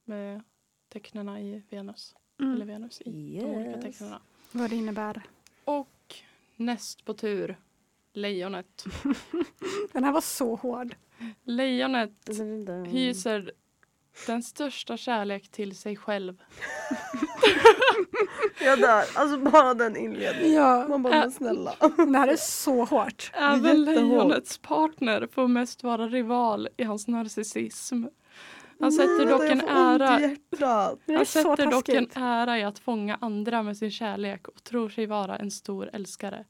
Speaker 2: med tecknena i Venus. Eller
Speaker 4: Mm.
Speaker 2: Venus i de olika
Speaker 3: Yes.
Speaker 2: tecknena.
Speaker 4: Vad det innebär.
Speaker 2: Och näst på tur, lejonet.
Speaker 4: Den här var så hård.
Speaker 2: Lejonet
Speaker 3: läsa.
Speaker 2: hyser den största kärlek till sig själv.
Speaker 3: Jag dör. Alltså bara den inledningen.
Speaker 4: Ja,
Speaker 3: Man bara, men snälla.
Speaker 4: den här är så hårt.
Speaker 2: Även
Speaker 3: jättehårt.
Speaker 2: lejonets partner får mest vara rival i hans narcissism. Han sätter
Speaker 3: Nej,
Speaker 2: dock
Speaker 3: vänta,
Speaker 2: en
Speaker 3: jag får ont i
Speaker 2: ära
Speaker 3: hjärtat.
Speaker 4: Det är
Speaker 2: Han
Speaker 4: så
Speaker 2: sätter dock en
Speaker 4: taskigt.
Speaker 2: ära i att fånga andra med sin kärlek och tror sig vara en stor älskare.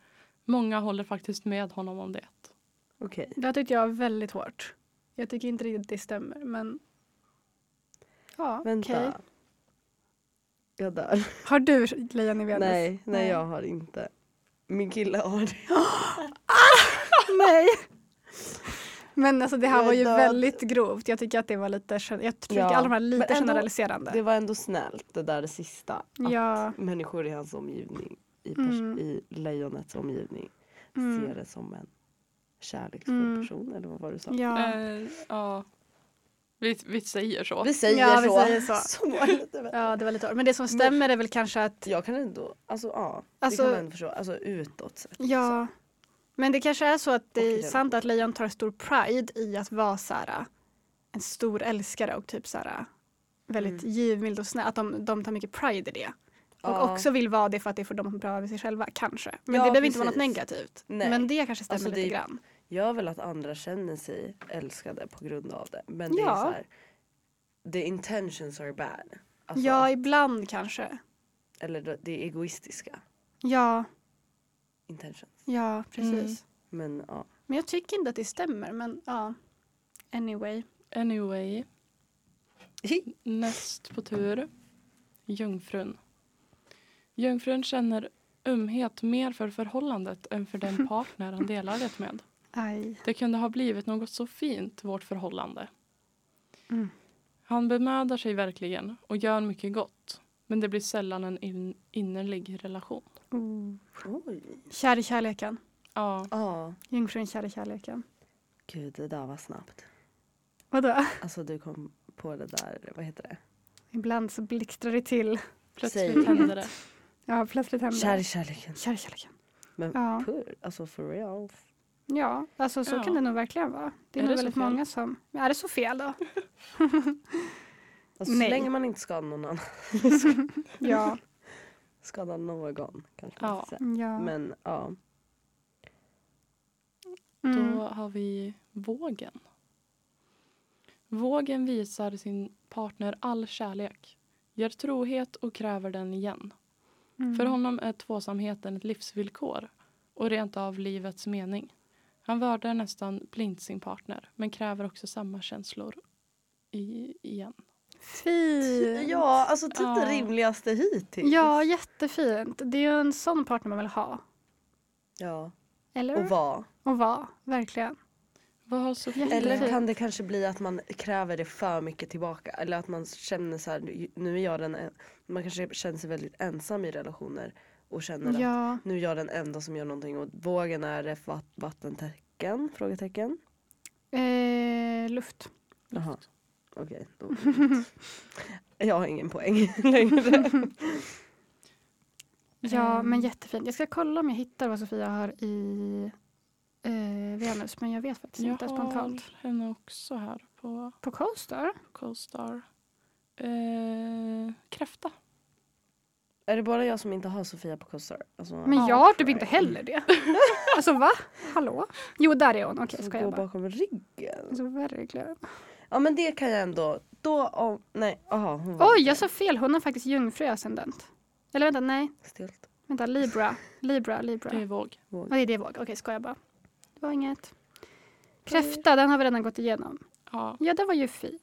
Speaker 2: Många håller faktiskt med honom om det.
Speaker 3: Okej.
Speaker 4: Det här tyckte jag var väldigt hårt. Jag tycker inte riktigt det stämmer, men... Ja, okej.
Speaker 3: Vänta. Jag dör.
Speaker 4: Har du lejon i Venus?
Speaker 3: Nej, nej jag har inte. Min kille har det.
Speaker 4: Nej. Men alltså det här
Speaker 3: Jag är
Speaker 4: var ju
Speaker 3: död.
Speaker 4: väldigt grovt. Jag tycker att det var lite, gen- jag tycker
Speaker 3: Ja,
Speaker 4: alla de här är lite
Speaker 3: men ändå-
Speaker 4: generaliserande.
Speaker 3: Det var ändå snällt det där sista. Att
Speaker 4: Ja.
Speaker 3: människor i hans omgivning, i, pers-
Speaker 4: Mm.
Speaker 3: i lejonets omgivning, ser det som en kärleksfull
Speaker 4: Mm.
Speaker 3: person eller vad var det du sa?
Speaker 4: Ja.
Speaker 2: Eh, ja. Vi, vi säger så.
Speaker 3: Vi säger
Speaker 4: Ja, vi
Speaker 3: så.
Speaker 4: säger så.
Speaker 3: Så lite väl.
Speaker 4: ja, det var lite hårt. Men det som stämmer är väl kanske att,
Speaker 3: Jag kan ändå, alltså ja.
Speaker 4: Alltså-
Speaker 3: det kan man ändå förstå. Alltså utåt sett.
Speaker 4: ja. Men det kanske är så att det är
Speaker 3: Och
Speaker 4: sant att lejon tar stor pride i att vara så här, en stor älskare och typ så här, väldigt givmild och snäll. Att de, de tar mycket pride i det. Och
Speaker 3: Mm. Ja.
Speaker 4: också vill vara det för att det får dem att bra över sig själva, kanske. Men
Speaker 3: Ja,
Speaker 4: det behöver inte vara något
Speaker 3: precis.
Speaker 4: negativt.
Speaker 3: Nej.
Speaker 4: Men det kanske stämmer
Speaker 3: Alltså,
Speaker 4: lite
Speaker 3: det-
Speaker 4: grann.
Speaker 3: gör väl att andra känner sig älskade på grund av det. Men det är
Speaker 4: Ja.
Speaker 3: så här, the intentions are bad. Alltså,
Speaker 4: Ja, ibland kanske.
Speaker 3: Eller det- det är egoistiska
Speaker 4: Ja,
Speaker 3: intentions.
Speaker 4: ja precis.
Speaker 2: Mm.
Speaker 3: Men ja.
Speaker 4: Men jag tycker inte att det stämmer. Men ja, anyway.
Speaker 2: Anyway, näst på tur. Jungfrun. Jungfrun känner ömhet mer för förhållandet än för den partner han delar det med.
Speaker 4: Aj.
Speaker 2: Det kunde ha blivit något så fint, vårt förhållande.
Speaker 4: Mm.
Speaker 2: Han bemödar sig verkligen och gör mycket gott. Men det blir sällan en in- innerlig relation.
Speaker 3: Oj.
Speaker 4: Oh. Kär i kärleken.
Speaker 2: Ja,
Speaker 3: Ja.
Speaker 4: Jungfrun kär i kärleken.
Speaker 3: Gud det där var snabbt.
Speaker 4: Vadå?
Speaker 3: Alltså du kom på det där, vad heter det?
Speaker 4: Ibland så blixtrar det till.
Speaker 2: plötsligt
Speaker 3: Säg
Speaker 2: händer det.
Speaker 4: Ja, plötsligt händer
Speaker 3: Kär i
Speaker 4: det.
Speaker 3: kärleken.
Speaker 4: Kär i kärleken.
Speaker 3: Men
Speaker 4: Ja.
Speaker 3: purr, alltså for real.
Speaker 4: ja, alltså så
Speaker 2: Ja.
Speaker 4: kan det nog verkligen vara. Det är,
Speaker 2: Är
Speaker 4: nog
Speaker 2: det så
Speaker 4: väldigt
Speaker 2: fel?
Speaker 4: många som... Men är det så fel då?
Speaker 3: Alltså,
Speaker 4: Nej.
Speaker 3: så länge man inte skadar någon annan.
Speaker 4: ja.
Speaker 3: Skadar någon kanske man
Speaker 2: Ja.
Speaker 3: ska säga.
Speaker 4: ja.
Speaker 3: Men ja.
Speaker 4: Mm.
Speaker 2: Då har vi vågen. Vågen visar sin partner all kärlek, ger trohet och kräver den igen.
Speaker 4: Mm.
Speaker 2: För honom är tvåsamheten ett livsvillkor och rent av livets mening. Han värdar nästan blint sin partner men kräver också samma känslor i, igen.
Speaker 4: Fint.
Speaker 3: Ja, alltså typ
Speaker 2: Ja.
Speaker 3: det rimligaste hittills.
Speaker 4: ja, jättefint. Det är ju en sån partner man vill ha.
Speaker 3: ja.
Speaker 4: Eller?
Speaker 3: Och vad?
Speaker 4: Och vara, verkligen.
Speaker 2: Vad har Sofie?
Speaker 3: Eller
Speaker 4: Precis.
Speaker 3: kan det kanske bli att man kräver det för mycket tillbaka eller att man känner så här, nu- nu är jag den, en- man kanske känner sig väldigt ensam i relationer och känner att
Speaker 4: Ja,
Speaker 3: nu är jag den enda som gör någonting och vågen är det va- vattentecken? Frågetecken?
Speaker 4: eh, luft.
Speaker 3: Jaha. Okej, då. jag har ingen poäng längre.
Speaker 4: Ja,
Speaker 2: Ehm.
Speaker 4: men jättefint. Jag ska kolla om jag hittar vad Sofia har i eh, Venus, men jag vet faktiskt
Speaker 2: Jag
Speaker 4: inte spontant.
Speaker 2: har henne också här på
Speaker 4: På Coaster?
Speaker 2: Co-star. Eh, kräfta.
Speaker 3: Är det bara jag som inte har Sofia på Coaster? Alltså,
Speaker 4: Men
Speaker 2: Ja,
Speaker 4: jag har typ inte heller det. Alltså va? Hallå? Jo där är hon, okej
Speaker 3: som
Speaker 4: ska jag
Speaker 3: går
Speaker 4: bara.
Speaker 3: bakom ryggen.
Speaker 4: Alltså verkligen.
Speaker 3: Ja men det kan jag ändå. Då om... Nej, aha. Hon var
Speaker 4: Oj jag sa fel, hon har faktiskt jungfruascendent. Eller vänta, nej.
Speaker 3: stelt.
Speaker 4: Vänta, Libra. Libra, Libra.
Speaker 2: Det är våg.
Speaker 4: Ja, det är det våg. Okej, skojar bara. Det var inget. Kräfta, den har vi redan gått igenom.
Speaker 2: Ja.
Speaker 4: Ja, den var ju fin.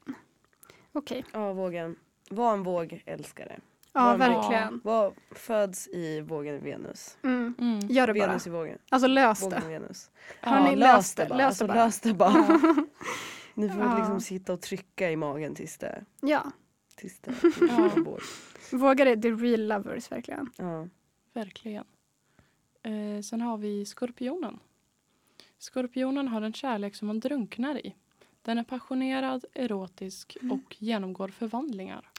Speaker 4: Okej.
Speaker 3: Ja, vågen. Var en vågälskare.
Speaker 4: Ja,
Speaker 3: Vad bra.
Speaker 4: verkligen.
Speaker 3: Var, föds i vågen Venus.
Speaker 4: Mm.
Speaker 2: Mm.
Speaker 4: Gör det bara.
Speaker 3: Venus i vågen.
Speaker 4: Alltså lös det.
Speaker 3: Vågen Venus.
Speaker 4: Har ni löst det?
Speaker 3: bara.
Speaker 4: Lös
Speaker 3: alltså,
Speaker 4: det bara.
Speaker 3: lös det bara. Ni får
Speaker 4: Ja.
Speaker 3: liksom sitta och trycka i magen tills det...
Speaker 4: Ja.
Speaker 3: Tills det ja. våg.
Speaker 4: Vågar det, the real lovers verkligen.
Speaker 3: Ja.
Speaker 2: Verkligen. Eh, sen har vi skorpionen. Skorpionen har en kärlek som man drunknar i. Den är passionerad, erotisk
Speaker 4: Mm.
Speaker 2: och genomgår förvandlingar.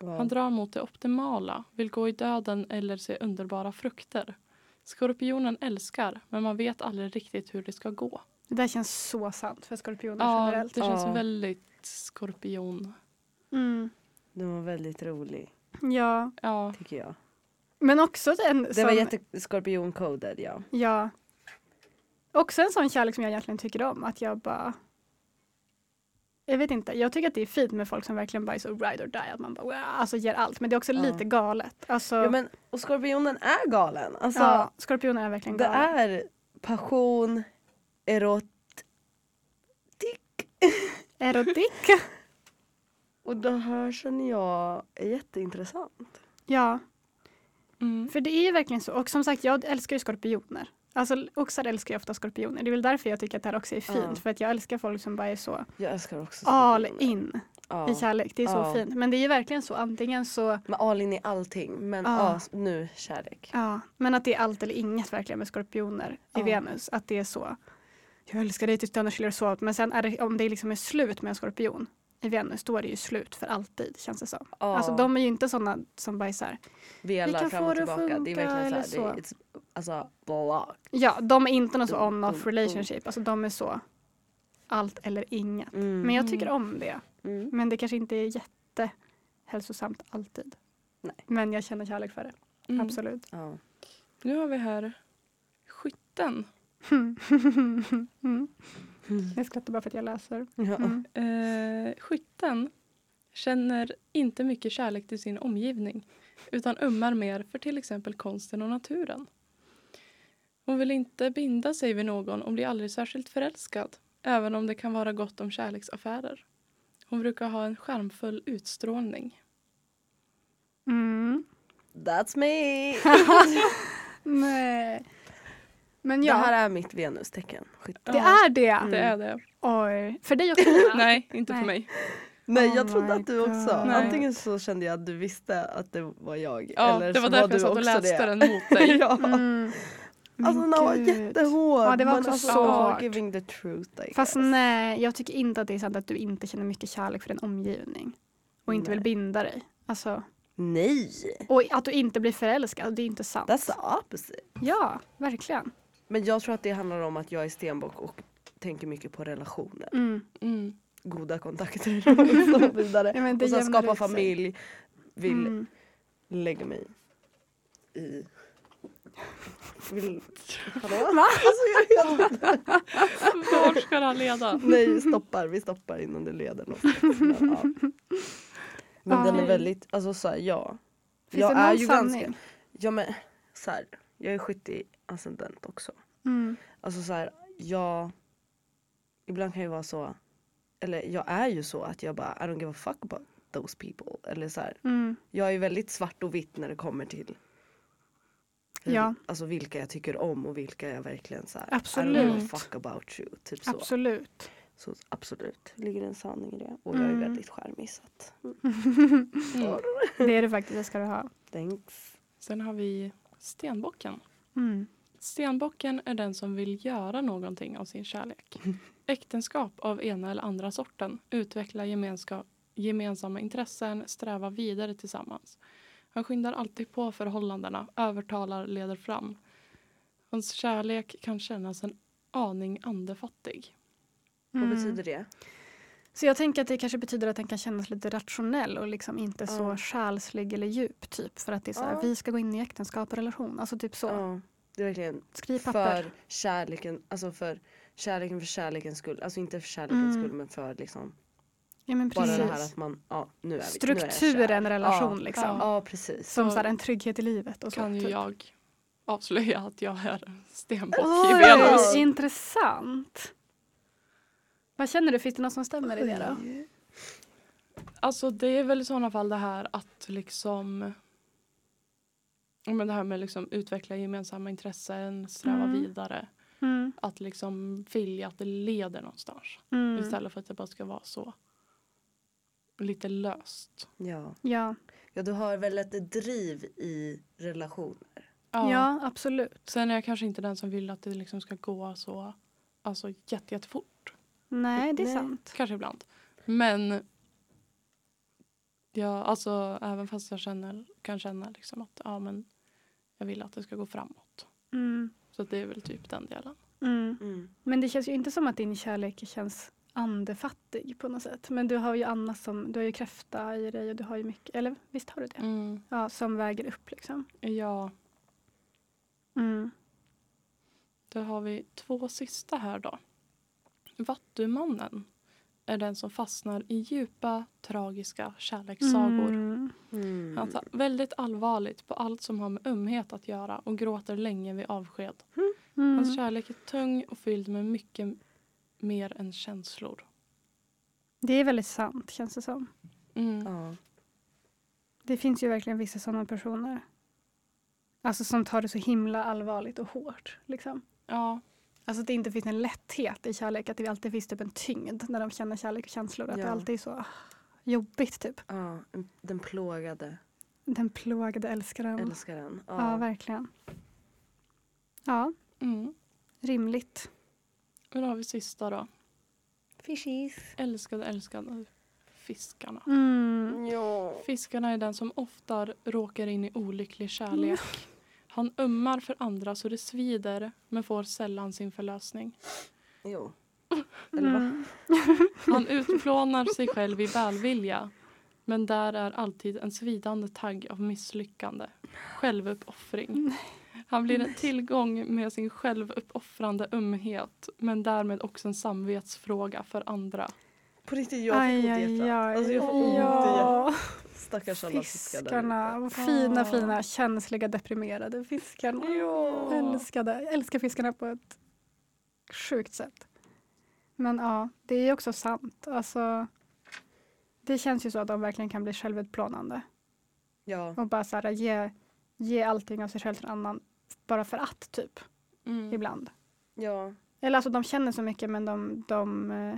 Speaker 2: Han
Speaker 3: Wow.
Speaker 2: drar mot det optimala, vill gå i döden eller se underbara frukter. Skorpionen älskar, men man vet aldrig riktigt hur det ska gå.
Speaker 4: Det där känns så sant för skorpioner
Speaker 2: Ja,
Speaker 4: generellt.
Speaker 2: det känns
Speaker 3: Ja.
Speaker 2: väldigt skorpion.
Speaker 4: Mm.
Speaker 3: Den var väldigt rolig,
Speaker 4: Ja.
Speaker 2: Ja,
Speaker 3: tycker jag.
Speaker 4: Men också en
Speaker 3: Den
Speaker 4: som...
Speaker 3: var jätte skorpioncoded, ja.
Speaker 4: Ja. Också en sån kärlek som jag egentligen tycker om. Att jag bara... Jag vet inte, jag tycker att det är fint med folk som verkligen bara är så ride or die. Att man bara wow, alltså ger allt. Men det är också
Speaker 3: Ja.
Speaker 4: lite galet. Alltså,
Speaker 3: ja men, och skorpionen är galen. Alltså,
Speaker 4: ja, skorpioner är verkligen
Speaker 3: Det
Speaker 4: galet.
Speaker 3: är passion, erot
Speaker 4: Erotik.
Speaker 3: och det här känner jag är jätteintressant.
Speaker 4: ja,
Speaker 2: mm,
Speaker 4: för det är ju verkligen så. Och som sagt, jag älskar ju skorpioner. Alltså oxar älskar ju ofta skorpioner. Det är väl därför jag tycker att det här också är fint.
Speaker 3: Ja.
Speaker 4: För att jag älskar folk som bara är så
Speaker 3: Jag älskar också
Speaker 4: all
Speaker 3: skorpioner.
Speaker 4: in i
Speaker 3: Ja.
Speaker 4: kärlek. Det är så
Speaker 3: Ja.
Speaker 4: fint. Men det är ju verkligen så, antingen så
Speaker 3: Men all in i allting. Men
Speaker 4: Ja.
Speaker 3: ja. nu kärlek.
Speaker 4: Ja, men att det är allt eller inget verkligen med skorpioner i
Speaker 3: Ja.
Speaker 4: Venus. Att det är så. Jag älskar dig tills döden skiljer oss åt. Men sen är det, om det liksom är slut med en skorpion i Venus, då är det ju slut för alltid känns det som.
Speaker 3: Ja.
Speaker 4: Alltså de är ju inte sådana som bara är så här, Vi
Speaker 3: Velar
Speaker 4: kan
Speaker 3: fram
Speaker 4: få
Speaker 3: och
Speaker 4: det att
Speaker 3: tillbaka. Det är
Speaker 4: funka
Speaker 3: verkligen så.
Speaker 4: eller
Speaker 3: Här, det är, it's, alltså block.
Speaker 4: ja de är inte någon så
Speaker 3: Dum,
Speaker 4: on-off
Speaker 3: dum,
Speaker 4: relationship. Alltså de är så allt eller inget.
Speaker 3: Mm.
Speaker 4: Men jag tycker om det.
Speaker 3: Mm.
Speaker 4: Men det kanske inte är jättehälsosamt alltid.
Speaker 3: Nej.
Speaker 4: Men jag känner kärlek för det,
Speaker 2: mm.
Speaker 4: absolut.
Speaker 3: Ja.
Speaker 2: Nu har vi här skytten.
Speaker 4: Mm. Jag skrattar bara för att jag läser.
Speaker 3: Ja.
Speaker 4: Mm.
Speaker 2: Eh, skytten känner inte mycket kärlek till sin omgivning utan ömmar mer för till exempel konsten och naturen. Hon vill inte binda sig vid någon och blir aldrig särskilt förälskad även om det kan vara gott om kärleksaffärer. Hon brukar ha en charmfull utstrålning.
Speaker 4: Mm.
Speaker 3: That's me!
Speaker 4: Nej. Men
Speaker 3: Det
Speaker 4: ja, Oh
Speaker 3: här är mitt venustecken. Skytte.
Speaker 4: det är det.
Speaker 2: Det
Speaker 3: Mm.
Speaker 2: är det.
Speaker 4: Oj. För dig också?
Speaker 2: Nej, inte för
Speaker 4: Nej.
Speaker 2: mig.
Speaker 3: Nej
Speaker 4: Oh
Speaker 3: jag trodde
Speaker 4: my
Speaker 3: att du också,
Speaker 4: God.
Speaker 2: Nej.
Speaker 3: antingen så kände jag att du visste att det var jag.
Speaker 2: Ja,
Speaker 3: eller
Speaker 2: det
Speaker 3: så
Speaker 2: var därför
Speaker 3: du
Speaker 2: jag satt och
Speaker 3: också
Speaker 2: läste
Speaker 3: det.
Speaker 2: den mot dig.
Speaker 3: ja.
Speaker 4: Mm.
Speaker 3: Alltså
Speaker 4: Men
Speaker 3: den var
Speaker 4: gud.
Speaker 3: jättehård.
Speaker 4: Ja, det var
Speaker 3: men
Speaker 4: också
Speaker 3: alltså,
Speaker 4: så
Speaker 3: ja,
Speaker 4: hårt.
Speaker 3: Giving the truth I
Speaker 4: Fast
Speaker 3: guess.
Speaker 4: nej, jag tycker inte att det är sant att du inte känner mycket kärlek för din omgivning. Och inte
Speaker 3: Nej.
Speaker 4: vill binda dig. Alltså,
Speaker 3: Nej,
Speaker 4: och att du inte blir förälskad, det är inte sant.
Speaker 3: that's the opposite.
Speaker 4: Ja, verkligen.
Speaker 3: Men jag tror att det handlar om att jag är stenbock och tänker mycket på relationer.
Speaker 4: Mm.
Speaker 2: Mm.
Speaker 3: Goda kontakter och så vidare.
Speaker 4: Ja, men det
Speaker 3: och sen
Speaker 4: jämnar
Speaker 3: skapa
Speaker 4: ut sig.
Speaker 3: familj. Vill
Speaker 4: Mm.
Speaker 3: lägga mig i... Vill... Hallå?
Speaker 4: Va?
Speaker 3: Alltså, jag vet inte.
Speaker 2: Vart ska det här leda?
Speaker 3: Nej, stoppar. Vi stoppar innan det leder någonstans. Men, ja. men den är
Speaker 4: Okej.
Speaker 3: väldigt, alltså såhär ja.
Speaker 4: Finns
Speaker 3: jag
Speaker 4: det någon
Speaker 3: är ju
Speaker 4: sanning?
Speaker 3: ganska, ja men såhär, jag är skytt i ascendent också.
Speaker 4: Mm.
Speaker 3: Alltså såhär, jag, ibland kan jag vara så, eller jag är ju så att jag bara I don't give a fuck about those people. Eller såhär,
Speaker 4: Mm.
Speaker 3: jag är väldigt svart och vitt när det kommer till hur,
Speaker 4: Ja.
Speaker 3: alltså vilka jag tycker om och vilka jag verkligen såhär I don't give
Speaker 4: Absolut.
Speaker 3: a fuck about you. Typ så.
Speaker 4: Absolut.
Speaker 3: Så absolut, det ligger en sanning i det. Och jag är
Speaker 4: Mm.
Speaker 3: väldigt charmig så att,
Speaker 2: Mm.
Speaker 4: Det är det faktiskt, det ska du ha.
Speaker 3: thanks.
Speaker 2: Sen har vi stenbocken.
Speaker 4: Mm.
Speaker 2: Stenbocken är den som vill göra någonting av sin kärlek. Äktenskap av ena eller andra sorten, utveckla gemenska- gemensamma intressen, sträva vidare tillsammans. Han skyndar alltid på förhållandena, övertalar, leder fram. Hans kärlek kan kännas en aning andefattig.
Speaker 3: Vad
Speaker 4: Mm.
Speaker 3: betyder det?
Speaker 4: Så jag tänker att det kanske betyder att den kan kännas lite rationell och liksom inte
Speaker 3: Ja.
Speaker 4: så själslig eller djup. typ. För att det är så här,
Speaker 3: Ja.
Speaker 4: vi ska gå in i äktenskap och relation. Alltså typ så.
Speaker 3: Ja, det är verkligen
Speaker 4: Skriv papper.
Speaker 3: för kärleken, alltså för kärleken för kärlekens skull. Alltså inte för kärlekens
Speaker 4: Mm.
Speaker 3: skull men för liksom
Speaker 4: ja, men
Speaker 3: bara
Speaker 4: precis.
Speaker 3: det här att man, ja nu är vi, nu är jag kär.
Speaker 4: Strukturen relation
Speaker 3: Ja,
Speaker 4: liksom.
Speaker 3: Ja precis.
Speaker 4: Som
Speaker 2: Så
Speaker 4: så här, en trygghet i livet. Och så,
Speaker 2: Kan ju
Speaker 4: typ.
Speaker 2: jag avslöja att jag är stenbock
Speaker 4: Ah!
Speaker 2: i benen.
Speaker 4: Oj,
Speaker 3: Venus.
Speaker 4: intressant. Vad känner du, finns det något som stämmer i det då?
Speaker 2: Alltså det är väl i sådana fall det här att liksom ja, men det här med liksom utveckla gemensamma intressen, sträva
Speaker 4: Mm.
Speaker 2: vidare.
Speaker 4: Mm,
Speaker 2: Att liksom vilja att det leder någonstans.
Speaker 4: mm,
Speaker 2: Istället för att det bara ska vara så lite löst.
Speaker 3: Ja.
Speaker 4: ja.
Speaker 3: ja, du har väl ett driv i relation.
Speaker 4: ja, absolut.
Speaker 2: Sen är jag kanske inte den som vill att det liksom ska gå så alltså jätte, jättefort.
Speaker 4: Nej, det är
Speaker 3: Nej.
Speaker 4: sant.
Speaker 2: Kanske ibland. Men ja, alltså, även fast jag känner, kan känna liksom att ja, men jag vill att det ska gå framåt.
Speaker 4: Mm,
Speaker 2: Så det är väl typ den delen.
Speaker 4: mm.
Speaker 3: Mm.
Speaker 4: Men det känns ju inte som att din kärlek känns andefattig på något sätt. Men du har ju annat som, du har ju kräfta i dig och du har ju mycket, eller visst har du det?
Speaker 2: Mm,
Speaker 4: Ja, som väger upp liksom.
Speaker 2: ja,
Speaker 4: Mm.
Speaker 2: då har vi två sista här då. Vattumannen är den som fastnar i djupa, tragiska kärlekssagor.
Speaker 4: Mm.
Speaker 3: Mm.
Speaker 2: Han tar väldigt allvarligt på allt som har med ömhet att göra och gråter länge vid avsked.
Speaker 4: Mm.
Speaker 2: Hans kärlek är tung och fylld med mycket mer än känslor.
Speaker 4: Det är väldigt sant känns det som.
Speaker 2: Mm.
Speaker 3: Ja.
Speaker 4: Det finns ju verkligen vissa sådana personer. Alltså som tar det så himla allvarligt och hårt. Liksom.
Speaker 2: Ja,
Speaker 4: Alltså att det inte finns en lätthet i kärlek, att det alltid finns typ en tyngd när de känner kärlek och känslor. Att
Speaker 3: Ja.
Speaker 4: det alltid är så ah, jobbigt typ.
Speaker 3: ja, den plågade
Speaker 4: Den plågade älskaren.
Speaker 3: älskaren.
Speaker 4: ja. verkligen. Ja,
Speaker 2: mm.
Speaker 4: rimligt.
Speaker 2: Och då har vi sista då.
Speaker 3: Fishies.
Speaker 2: Älskade, älskade fiskarna.
Speaker 4: Mm.
Speaker 3: Ja.
Speaker 2: Fiskarna är den som ofta råkar in i olycklig kärlek. Han ömmar för andra så det svider men får sällan sin förlösning.
Speaker 3: Jo. Eller va?
Speaker 4: Mm.
Speaker 2: Han utplånar sig själv i välvilja men där är alltid en svidande tagg av misslyckande, självuppoffring. Han blir en tillgång med sin självuppoffrande ömhet men därmed också en samvetsfråga för andra.
Speaker 3: På riktigt, jag fick ont i hjärtat. Alltså jag får ont i hjärtat.
Speaker 4: ja.
Speaker 3: Stackars alla fiskar där
Speaker 4: Fiskarna, vad fina fina känsliga deprimerade fiskarna.
Speaker 3: Ja.
Speaker 4: Älskade, jag älskar fiskarna på ett sjukt sätt. Men ja, det är ju också sant. Alltså, det känns ju så att de verkligen kan bli självutplånande
Speaker 3: Ja.
Speaker 4: och bara så här, ge, ge allting av sig själv till en annan bara för att typ
Speaker 2: Mm.
Speaker 4: ibland.
Speaker 3: Ja.
Speaker 4: Eller alltså de känner så mycket men de, de eh,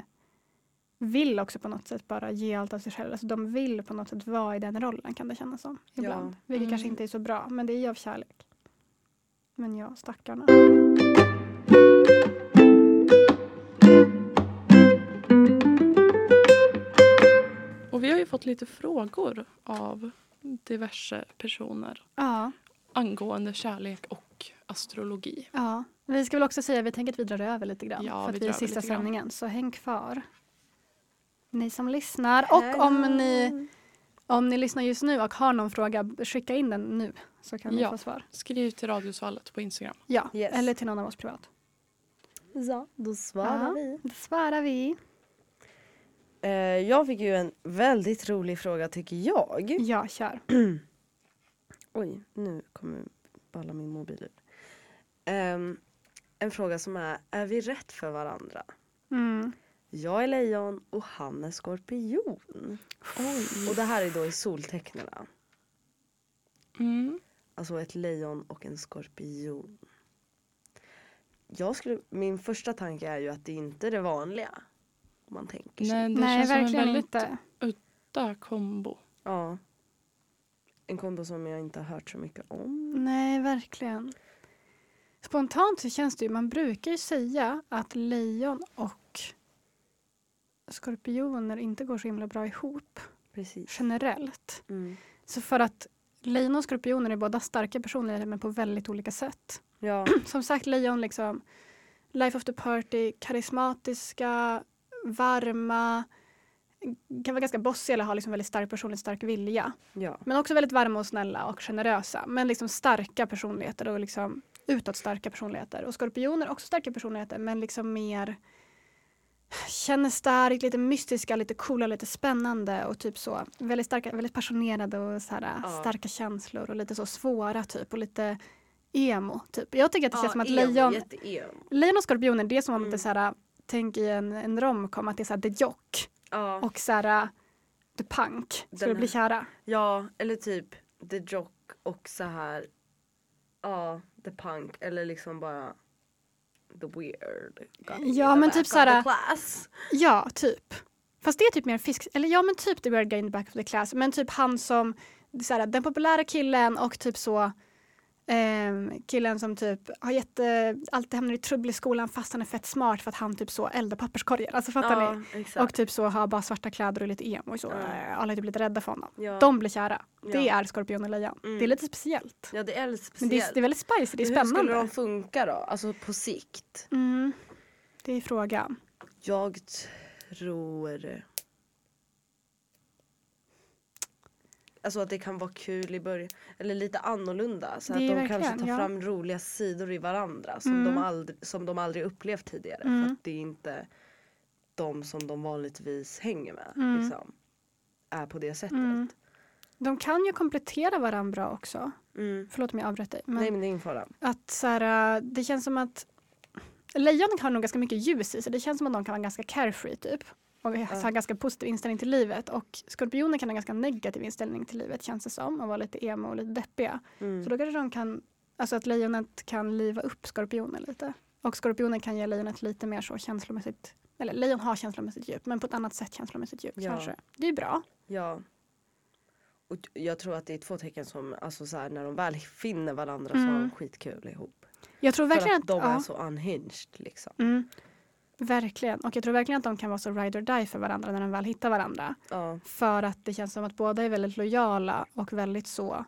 Speaker 4: vill också på något sätt bara ge allt av sig själv. Alltså de vill på något sätt vara i den rollen kan det kännas som ibland.
Speaker 3: Ja.
Speaker 4: Vilket
Speaker 2: Mm.
Speaker 4: kanske inte är så bra men det är ju av kärlek. Men ja, stackarna.
Speaker 2: Och vi har ju fått lite frågor av diverse personer
Speaker 4: Ja,
Speaker 2: angående kärlek och astrologi.
Speaker 4: ja. Vi ska väl också säga vi tänker att vi drar över lite grann
Speaker 2: Ja,
Speaker 4: för
Speaker 2: vi
Speaker 4: att vi är
Speaker 2: drar över
Speaker 4: sista
Speaker 2: lite grann.
Speaker 4: sändningen så häng kvar. Ni som lyssnar och om ni, om ni lyssnar just nu och har någon fråga skicka in den nu så kan vi
Speaker 2: Ja.
Speaker 4: få svar.
Speaker 2: Skriv till Radiosvallet på Instagram.
Speaker 4: Ja,
Speaker 3: Yes.
Speaker 4: eller till någon av oss privat.
Speaker 3: Ja, då svarar
Speaker 4: Ja.
Speaker 3: vi.
Speaker 4: Det svarar vi.
Speaker 3: Eh, jag fick ju en väldigt rolig fråga tycker jag.
Speaker 4: Ja, kör.
Speaker 3: Oj, nu kommer balla min mobil ur. Ehm, en fråga som är, är vi rätt för varandra?
Speaker 4: Mm.
Speaker 3: Jag är lejon och han är skorpion. Och det här är då i soltecknena.
Speaker 2: Mm.
Speaker 3: Alltså ett lejon och en skorpion. Jag skulle, min första tanke är ju att det inte är det vanliga. Om man tänker sig.
Speaker 2: Nej, det
Speaker 4: Nej,
Speaker 2: känns som en
Speaker 4: verkligen
Speaker 2: väldigt
Speaker 4: inte.
Speaker 2: udda kombo.
Speaker 3: Ja. En kombo som jag inte har hört så mycket om.
Speaker 4: Nej, verkligen. Spontant så känns det ju, man brukar ju säga att lejon och skorpioner inte går så himla bra ihop
Speaker 3: Precis.
Speaker 4: generellt.
Speaker 3: Mm.
Speaker 4: Så för att lejon och skorpioner är båda starka personligheter men på väldigt olika sätt.
Speaker 3: Ja.
Speaker 4: Som sagt, lejon liksom life of the party, karismatiska, varma, kan vara ganska bossiga eller ha liksom väldigt stark personlighet, stark vilja.
Speaker 3: Ja.
Speaker 4: Men också väldigt varma och snälla och generösa. Men liksom starka personligheter och liksom utåt starka personligheter. Och skorpioner också starka personligheter men liksom mer känner starkt, lite mystiska, lite coola, lite spännande och typ så. Väldigt starka, väldigt passionerade och så här,
Speaker 3: Ja.
Speaker 4: starka känslor och lite så svåra typ och lite emo typ. Jag tycker att det känns som att
Speaker 3: emo,
Speaker 4: lejon,
Speaker 3: jätte-emo.
Speaker 4: lejon och skorpioner det är som om
Speaker 3: Mm.
Speaker 4: det så här, tänk i en, en romcom att det är så här, the jock
Speaker 3: Ja.
Speaker 4: och så här, the punk skulle
Speaker 3: Den
Speaker 4: bli
Speaker 3: här-
Speaker 4: kära.
Speaker 3: ja, eller typ The Jock och så här. Ja, The Punk eller liksom bara The Weird. guy in
Speaker 4: Ja,
Speaker 3: the
Speaker 4: men
Speaker 3: back
Speaker 4: typ
Speaker 3: of
Speaker 4: så här-
Speaker 3: the class.
Speaker 4: Ja, typ. Fast det är typ mer fisk, eller ja men typ the weird guy in the back of the class. Men typ han som, så här, den populära killen och typ så ehm, killen som typ har jätte, alltid hamnar i trubbel i skolan fast han är fett smart för att han typ så eldar papperskorgar. Alltså fattar ni?
Speaker 3: Ja, exakt.
Speaker 4: Och typ så har bara svarta kläder och lite emo och så.
Speaker 3: Ja.
Speaker 4: Alla är typ lite rädda för honom.
Speaker 3: ja.
Speaker 4: De blir kära. Det
Speaker 3: Ja.
Speaker 4: är skorpion och lejon.
Speaker 3: Mm.
Speaker 4: Det är lite speciellt.
Speaker 3: ja, det är lite
Speaker 4: Men
Speaker 3: speciellt.
Speaker 4: det är, det är väldigt spicy, det är
Speaker 3: Hur skulle
Speaker 4: spännande.
Speaker 3: de funka då? Alltså på sikt?
Speaker 4: Mm. Det är frågan.
Speaker 3: Jag tror... Alltså att det kan vara kul i början. Eller lite annorlunda. Så att
Speaker 4: Det är
Speaker 3: de kanske
Speaker 4: verkligen,
Speaker 3: tar
Speaker 4: ja.
Speaker 3: fram roliga sidor i varandra som,
Speaker 4: Mm.
Speaker 3: de, aldrig, som de aldrig upplevt tidigare. För
Speaker 4: Mm.
Speaker 3: att det är inte de som de vanligtvis hänger med.
Speaker 4: Mm.
Speaker 3: Liksom, är på det sättet.
Speaker 4: Mm. De kan ju komplettera varandra bra också.
Speaker 3: Mm.
Speaker 4: Förlåt om jag avbröt dig. Men
Speaker 3: Nej men det är ingen fara.
Speaker 4: att så här, äh, det känns som att lejon har nog ganska mycket ljus i sig. Det känns som att de kan vara ganska carefree typ. Och ha så här ganska positiv inställning till livet. Och skorpioner kan ha ganska negativ inställning till livet känns det som. Och vara lite emo och lite deppiga.
Speaker 3: Mm.
Speaker 4: Så då kanske de kan, alltså att lejonet kan liva upp skorpionen lite. Och skorpionen kan ge lejonet lite mer så känslomässigt, eller lejon har känslomässigt djup men på ett annat sätt känslomässigt djup
Speaker 3: Ja.
Speaker 4: kanske. Det är ju bra.
Speaker 3: Ja. Och t- jag tror att det är två tecken som, alltså så här, när de väl finner varandra så har de
Speaker 4: Mm.
Speaker 3: skitkul ihop.
Speaker 4: Jag tror
Speaker 3: För
Speaker 4: verkligen
Speaker 3: att de
Speaker 4: ja.
Speaker 3: är så unhinged liksom.
Speaker 4: Mm. Verkligen. Och jag tror verkligen att de kan vara så ride or die för varandra när de väl hittar varandra.
Speaker 3: Ja.
Speaker 4: För att det känns som att båda är väldigt lojala och väldigt så.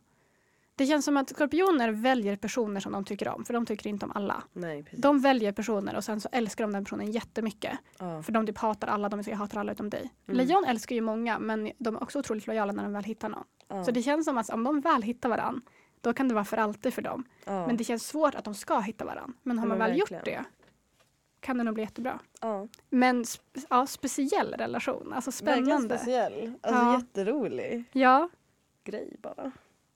Speaker 4: Det känns som att skorpioner väljer personer som de tycker om, för de tycker inte om alla.
Speaker 3: Nej precis.
Speaker 4: De väljer personer och sen så älskar de den personen jättemycket.
Speaker 3: ja.
Speaker 4: För de typ hatar alla, de säger jag hatar alla utom dig.
Speaker 3: Mm.
Speaker 4: Lejon älskar ju många men de är också otroligt lojala när de väl hittar någon.
Speaker 3: Ja.
Speaker 4: Så det känns som att om de väl hittar varandra, då kan det vara för alltid för dem.
Speaker 3: ja.
Speaker 4: Men det känns svårt att de ska hitta varandra. Men har
Speaker 3: Ja,
Speaker 4: man
Speaker 3: men
Speaker 4: väl gjort
Speaker 3: verkligen.
Speaker 4: det kan det nog bli jättebra.
Speaker 3: ja.
Speaker 4: Men sp- ja, speciell relation, alltså
Speaker 3: Verkligen
Speaker 4: spännande.
Speaker 3: speciell. Alltså
Speaker 4: Ja.
Speaker 3: jätterolig
Speaker 4: Ja,
Speaker 3: grej bara.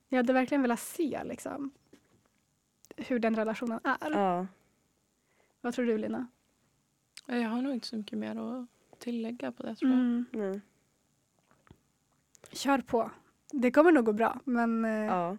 Speaker 4: jag hade verkligen velat se liksom, hur den relationen är.
Speaker 3: Ja.
Speaker 4: Vad tror du Lina?
Speaker 2: Jag har nog inte så mycket mer att tillägga på det tror jag.
Speaker 4: Mm.
Speaker 3: Nej.
Speaker 4: Kör på. Det kommer nog gå bra, men eh, ja.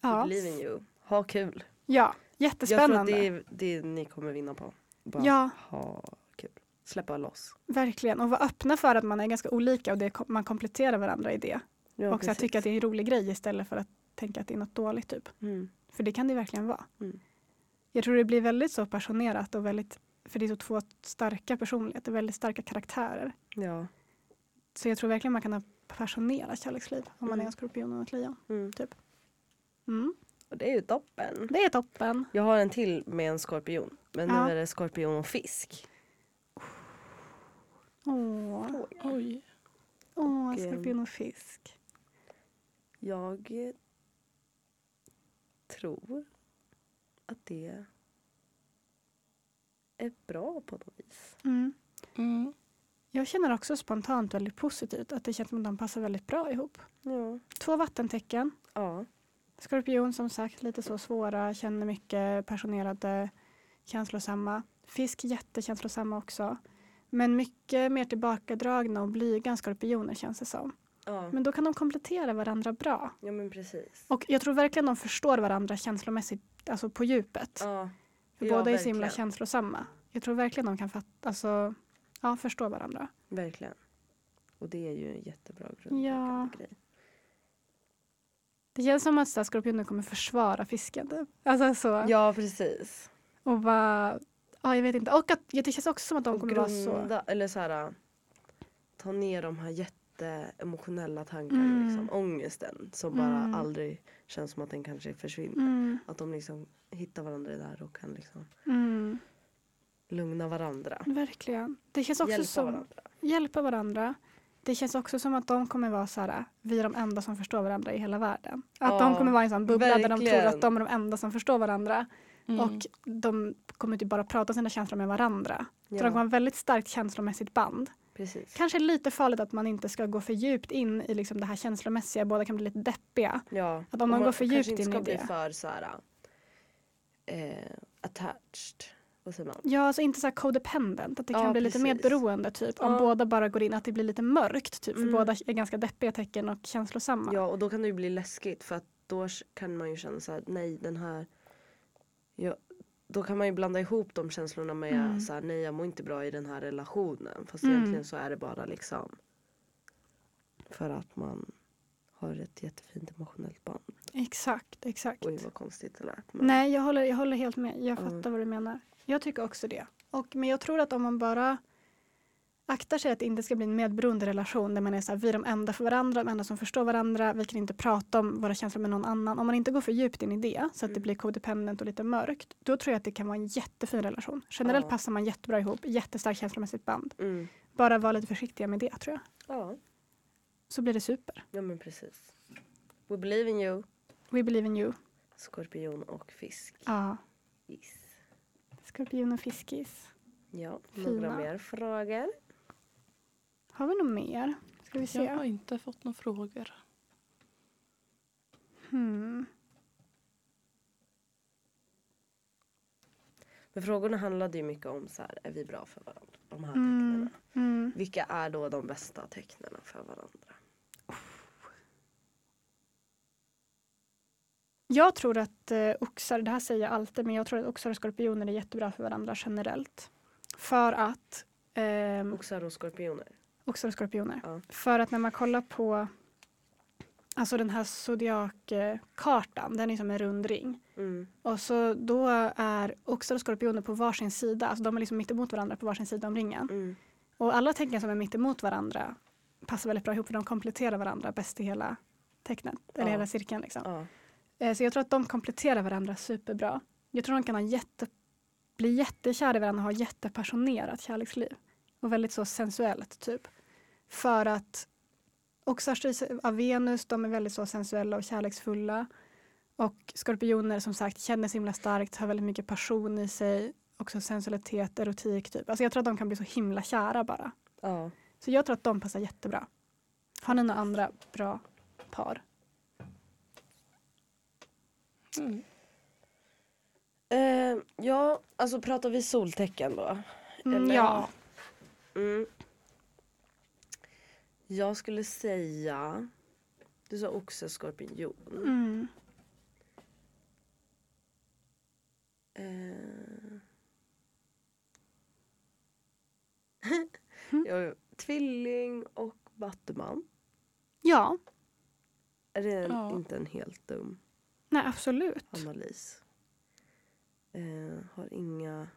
Speaker 3: Ja. We
Speaker 4: Ja,
Speaker 3: Believe in you. Ha kul. Jag tror att
Speaker 4: jättespännande.
Speaker 3: det är det ni kommer vinna på. Bara
Speaker 4: Ja.
Speaker 3: ha kul. Släppa loss.
Speaker 4: Verkligen, och vara öppna för att man är ganska olika och det, kom- man kompletterar varandra i det.
Speaker 3: Ja,
Speaker 4: och så här,
Speaker 3: precis.
Speaker 4: tycka att det är en rolig grej istället för att tänka att det är något dåligt. Typ.
Speaker 3: Mm.
Speaker 4: För det kan det verkligen vara.
Speaker 3: Mm.
Speaker 4: Jag tror det blir väldigt så passionerat och väldigt, för det är så två starka personligheter, väldigt starka karaktärer.
Speaker 3: Ja.
Speaker 4: Så jag tror verkligen man kan ha passionerat kärleksliv om man
Speaker 3: Mm.
Speaker 4: är en skorpion och ett lejon.
Speaker 3: Mm.
Speaker 4: Mm.
Speaker 3: Och det är ju toppen.
Speaker 4: Det är toppen.
Speaker 3: Jag har en till med en skorpion. Men
Speaker 4: Ja.
Speaker 3: nu är det skorpion och fisk.
Speaker 4: Åh,
Speaker 2: Oj.
Speaker 4: Åh
Speaker 3: Och, ehm,
Speaker 4: skorpion och fisk.
Speaker 3: Jag eh, tror att det är bra på något vis.
Speaker 4: Mm.
Speaker 2: Mm.
Speaker 4: Jag känner också spontant väldigt positivt att det känns som att de passar väldigt bra ihop.
Speaker 3: Ja.
Speaker 4: Två vattentecken.
Speaker 3: Ja.
Speaker 4: Skorpion som sagt lite så svåra, känner mycket, passionerade, känslosamma. Fisk jättekänslosamma också. Men mycket mer tillbakadragna och blyga än skorpioner känns det som.
Speaker 3: Ja.
Speaker 4: Men då kan de komplettera varandra bra.
Speaker 3: ja men precis.
Speaker 4: Och jag tror verkligen de förstår varandra känslomässigt, alltså på djupet.
Speaker 3: Ja.
Speaker 4: För
Speaker 3: ja,
Speaker 4: båda är så
Speaker 3: verkligen.
Speaker 4: himla känslosamma. Jag tror verkligen de kan fatta, alltså, ja, förstå varandra.
Speaker 3: Verkligen. Och det är ju en jättebra grundläggande
Speaker 4: Ja.
Speaker 3: grej.
Speaker 4: Det känns som att så här, skorpioner kommer försvara fisken. Typ. Alltså så.
Speaker 3: Ja precis.
Speaker 4: Och bara, ja jag vet inte. Och att, det känns också som att de
Speaker 3: Och
Speaker 4: kommer vara så.
Speaker 3: grunda, eller så här, äh, ta ner de här jätteemotionella tankarna,
Speaker 4: Mm.
Speaker 3: liksom, ångesten som bara
Speaker 4: Mm.
Speaker 3: aldrig känns som att den kanske försvinner.
Speaker 4: Mm,
Speaker 3: Att de liksom hittar varandra där och kan liksom
Speaker 4: mm,
Speaker 3: lugna varandra.
Speaker 4: verkligen. Det känns också
Speaker 3: Hjälpa
Speaker 4: som
Speaker 3: varandra.
Speaker 4: hjälpa varandra. Det känns också som att de kommer vara så här, vi är de enda som förstår varandra i hela världen. Att
Speaker 3: Ja,
Speaker 4: de kommer vara i en sån bubbla där de tror
Speaker 3: verkligen.
Speaker 4: att de är de enda som förstår varandra.
Speaker 2: Mm.
Speaker 4: Och de kommer typ bara prata sina känslor med varandra. Så de kommer ha en väldigt starkt känslomässigt band.
Speaker 3: precis.
Speaker 4: Kanske lite farligt att man inte ska gå för djupt in i liksom det här känslomässiga, båda kan bli lite deppiga.
Speaker 3: Ja.
Speaker 4: Att om man går för
Speaker 3: kanske
Speaker 4: djupt
Speaker 3: inte
Speaker 4: in
Speaker 3: ska
Speaker 4: i
Speaker 3: bli
Speaker 4: det.
Speaker 3: för så här, eh, attached. Vad säger man?
Speaker 4: Ja, alltså inte så här codependent, att det kan
Speaker 3: Ja,
Speaker 4: bli lite mer
Speaker 3: precis.
Speaker 4: beroende typ. Om
Speaker 3: Ja.
Speaker 4: båda bara går in, att det blir lite mörkt typ, för
Speaker 3: Mm.
Speaker 4: båda är ganska deppiga tecken och känslosamma.
Speaker 3: Ja, och då kan det ju bli läskigt för att då kan man ju känna så här, nej den här... Ja, då kan man ju blanda ihop de känslorna med
Speaker 4: Mm.
Speaker 3: så här, nej jag mår inte bra i den här relationen. Fast
Speaker 4: Mm.
Speaker 3: egentligen så är det bara liksom för att man har ett jättefint emotionellt band.
Speaker 4: Exakt, exakt.
Speaker 3: Oj vad konstigt det lät. men-
Speaker 4: Nej, jag håller, jag håller helt med. Jag
Speaker 3: Ja.
Speaker 4: fattar vad du menar. Jag tycker också det. Och, men jag tror att om man bara aktar sig att det inte ska bli en medberoende relation där man är så här, vi är de enda för varandra, de enda som förstår varandra, vi kan inte prata om våra känslor med någon annan. Om man inte går för djupt in i det så att det
Speaker 3: Mm.
Speaker 4: blir codependent och lite mörkt, då tror jag att det kan vara en jättefin relation. Generellt
Speaker 3: Ja.
Speaker 4: passar man jättebra ihop, jättestarkt känslomässigt band.
Speaker 3: Mm.
Speaker 4: Bara vara lite försiktiga med det tror jag.
Speaker 3: Ja.
Speaker 4: Så blir det super.
Speaker 3: ja, men precis. We believe in you.
Speaker 4: We believe in you.
Speaker 3: Skorpion och fisk.
Speaker 4: Ja,
Speaker 3: Yes.
Speaker 4: skorpion och fiskis.
Speaker 3: Ja, några
Speaker 4: Fina.
Speaker 3: mer frågor?
Speaker 4: Har vi något mer? Ska vi se.
Speaker 2: Jag har inte fått några frågor.
Speaker 4: Hmm.
Speaker 3: Men frågorna handlade ju mycket om så här, är vi bra för varandra? De här
Speaker 4: Mm.
Speaker 3: tecknen.
Speaker 4: Mm.
Speaker 3: Vilka är då de bästa tecknen för varandra?
Speaker 4: Jag tror att eh, oxar, det här säger jag alltid, men jag tror att oxar och skorpioner är jättebra för varandra generellt. För att, ehm,
Speaker 3: Oxar och skorpioner.
Speaker 4: oxar och skorpioner,
Speaker 3: Ja.
Speaker 4: för att när man kollar på alltså den här zodiakkartan, den är som en rund ring.
Speaker 3: Mm.
Speaker 4: Och så då är oxar och skorpioner på varsin sida, alltså de är liksom mitt emot varandra på varsin sida om ringen.
Speaker 3: Mm.
Speaker 4: Och alla tecken som är mitt emot varandra passar väldigt bra ihop för de kompletterar varandra bäst i hela tecknet, eller
Speaker 3: Ja.
Speaker 4: hela cirkeln. Liksom.
Speaker 3: Ja.
Speaker 4: Eh, Så jag tror att de kompletterar varandra superbra. Jag tror de kan ha jätte, bli jättekära i varandra och ha jättepassionerat kärleksliv. Och väldigt så sensuellt typ. För att oxar styrs av Venus, de är väldigt så sensuella och kärleksfulla. Och skorpioner som sagt känner sig himla starkt, har väldigt mycket passion i sig. Också sensualitet, erotik typ. Alltså jag tror att de kan bli så himla kära bara.
Speaker 3: ja.
Speaker 4: Så jag tror att de passar jättebra. Har ni några andra bra par?
Speaker 2: Mm.
Speaker 3: Eh, ja, alltså pratar vi soltecken då? Eller-
Speaker 4: ja.
Speaker 3: Mm. Jag skulle säga... Du sa oxe, skorpion.
Speaker 4: Mm.
Speaker 3: Eh. jag, tvilling och Batman.
Speaker 4: Ja,
Speaker 3: Är det en,
Speaker 2: Ja.
Speaker 3: inte en helt dum
Speaker 4: nej absolut.
Speaker 3: analys? Eh, har inga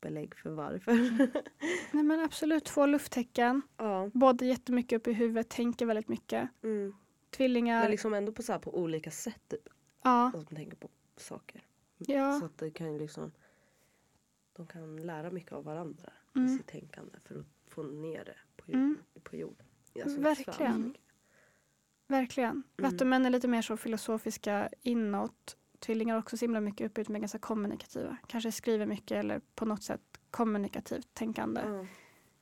Speaker 3: belägg för varför.
Speaker 4: Nej men absolut två lufttecken.
Speaker 3: ja,
Speaker 4: Båda jättemycket uppe i huvudet, tänker väldigt mycket.
Speaker 3: mm.
Speaker 4: Tvillingar.
Speaker 3: Men liksom ändå på, så här, på olika sätt typ,
Speaker 4: ja,
Speaker 3: att de tänker på saker. Så
Speaker 4: ja.
Speaker 3: att det kan ju liksom, de kan lära mycket av varandra i
Speaker 4: Mm.
Speaker 3: sitt tänkande för att få ner det på, jord,
Speaker 4: Mm,
Speaker 3: på jorden. alltså,
Speaker 4: Verkligen.
Speaker 3: fram.
Speaker 4: verkligen.
Speaker 3: Mm.
Speaker 4: Vattumän är lite mer så filosofiska inåt. Tvillingar är också så himla mycket uppåt men ganska kommunikativa. Kanske skriver mycket eller på något sätt kommunikativt tänkande.
Speaker 3: Ja,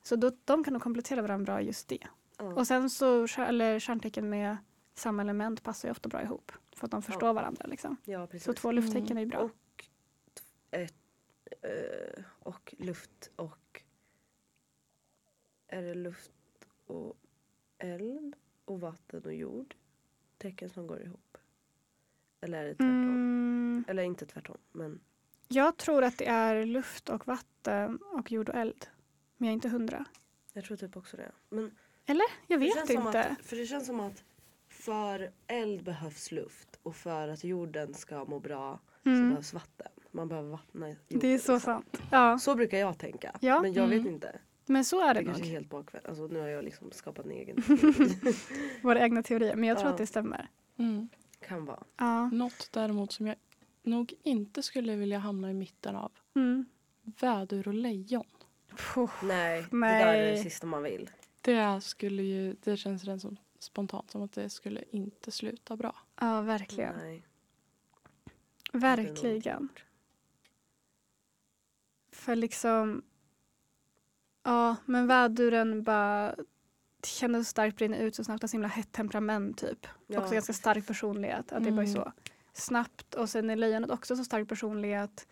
Speaker 4: Så då, de kan nog komplettera varandra bra i just det.
Speaker 3: ja.
Speaker 4: Och sen så kär- eller kärntecken med samma element passar ju ofta bra ihop. För att de förstår varandra liksom.
Speaker 3: ja, precis. Mm,
Speaker 4: Så två lufttecken är ju bra.
Speaker 3: Och, eh, och luft och... Är det luft och eld och vatten och jord? Tecken som går ihop. Eller är det tvärtom?
Speaker 4: Mm.
Speaker 3: Eller inte tvärtom, men
Speaker 4: Jag tror att det är luft och vatten och jord och eld. Men jag är inte hundra.
Speaker 3: jag tror typ också det. Men
Speaker 4: Jag
Speaker 3: det
Speaker 4: vet
Speaker 3: känns som
Speaker 4: inte.
Speaker 3: Att, för det känns som att för eld behövs luft och för att jorden ska må bra så
Speaker 4: Mm.
Speaker 3: behövs vatten. Man behöver vattna jorden.
Speaker 4: Det är så
Speaker 3: liksom.
Speaker 4: sant. Ja.
Speaker 3: Så brukar jag tänka.
Speaker 4: Ja.
Speaker 3: Men jag vet
Speaker 2: Mm.
Speaker 3: inte.
Speaker 4: Men så är det
Speaker 3: Det kanske är
Speaker 4: nog.
Speaker 3: helt bakvänt. Alltså, nu har jag liksom skapat en egen
Speaker 4: Våra egna teorier. Men jag tror
Speaker 3: Ja.
Speaker 4: att det stämmer.
Speaker 2: Mm.
Speaker 3: Kan vara.
Speaker 4: Ja.
Speaker 2: Något däremot som jag nog inte skulle vilja hamna i mitten av.
Speaker 4: Mm.
Speaker 2: Vädur och lejon.
Speaker 4: Puh.
Speaker 3: Nej, det där är det
Speaker 4: Nej.
Speaker 3: sista man vill.
Speaker 2: Det, skulle ju, det känns redan som, spontant som att det skulle inte sluta bra.
Speaker 4: Ja, verkligen.
Speaker 3: Nej.
Speaker 4: Verkligen. För liksom... Ja, men väduren bara känner så starkt brinner ut så snabbt. Han har så himla hett temperament typ.
Speaker 3: Ja.
Speaker 4: Också ganska stark personlighet. Att det bara är
Speaker 2: Mm.
Speaker 4: så snabbt. Och sen är lejonet också så stark personlighet.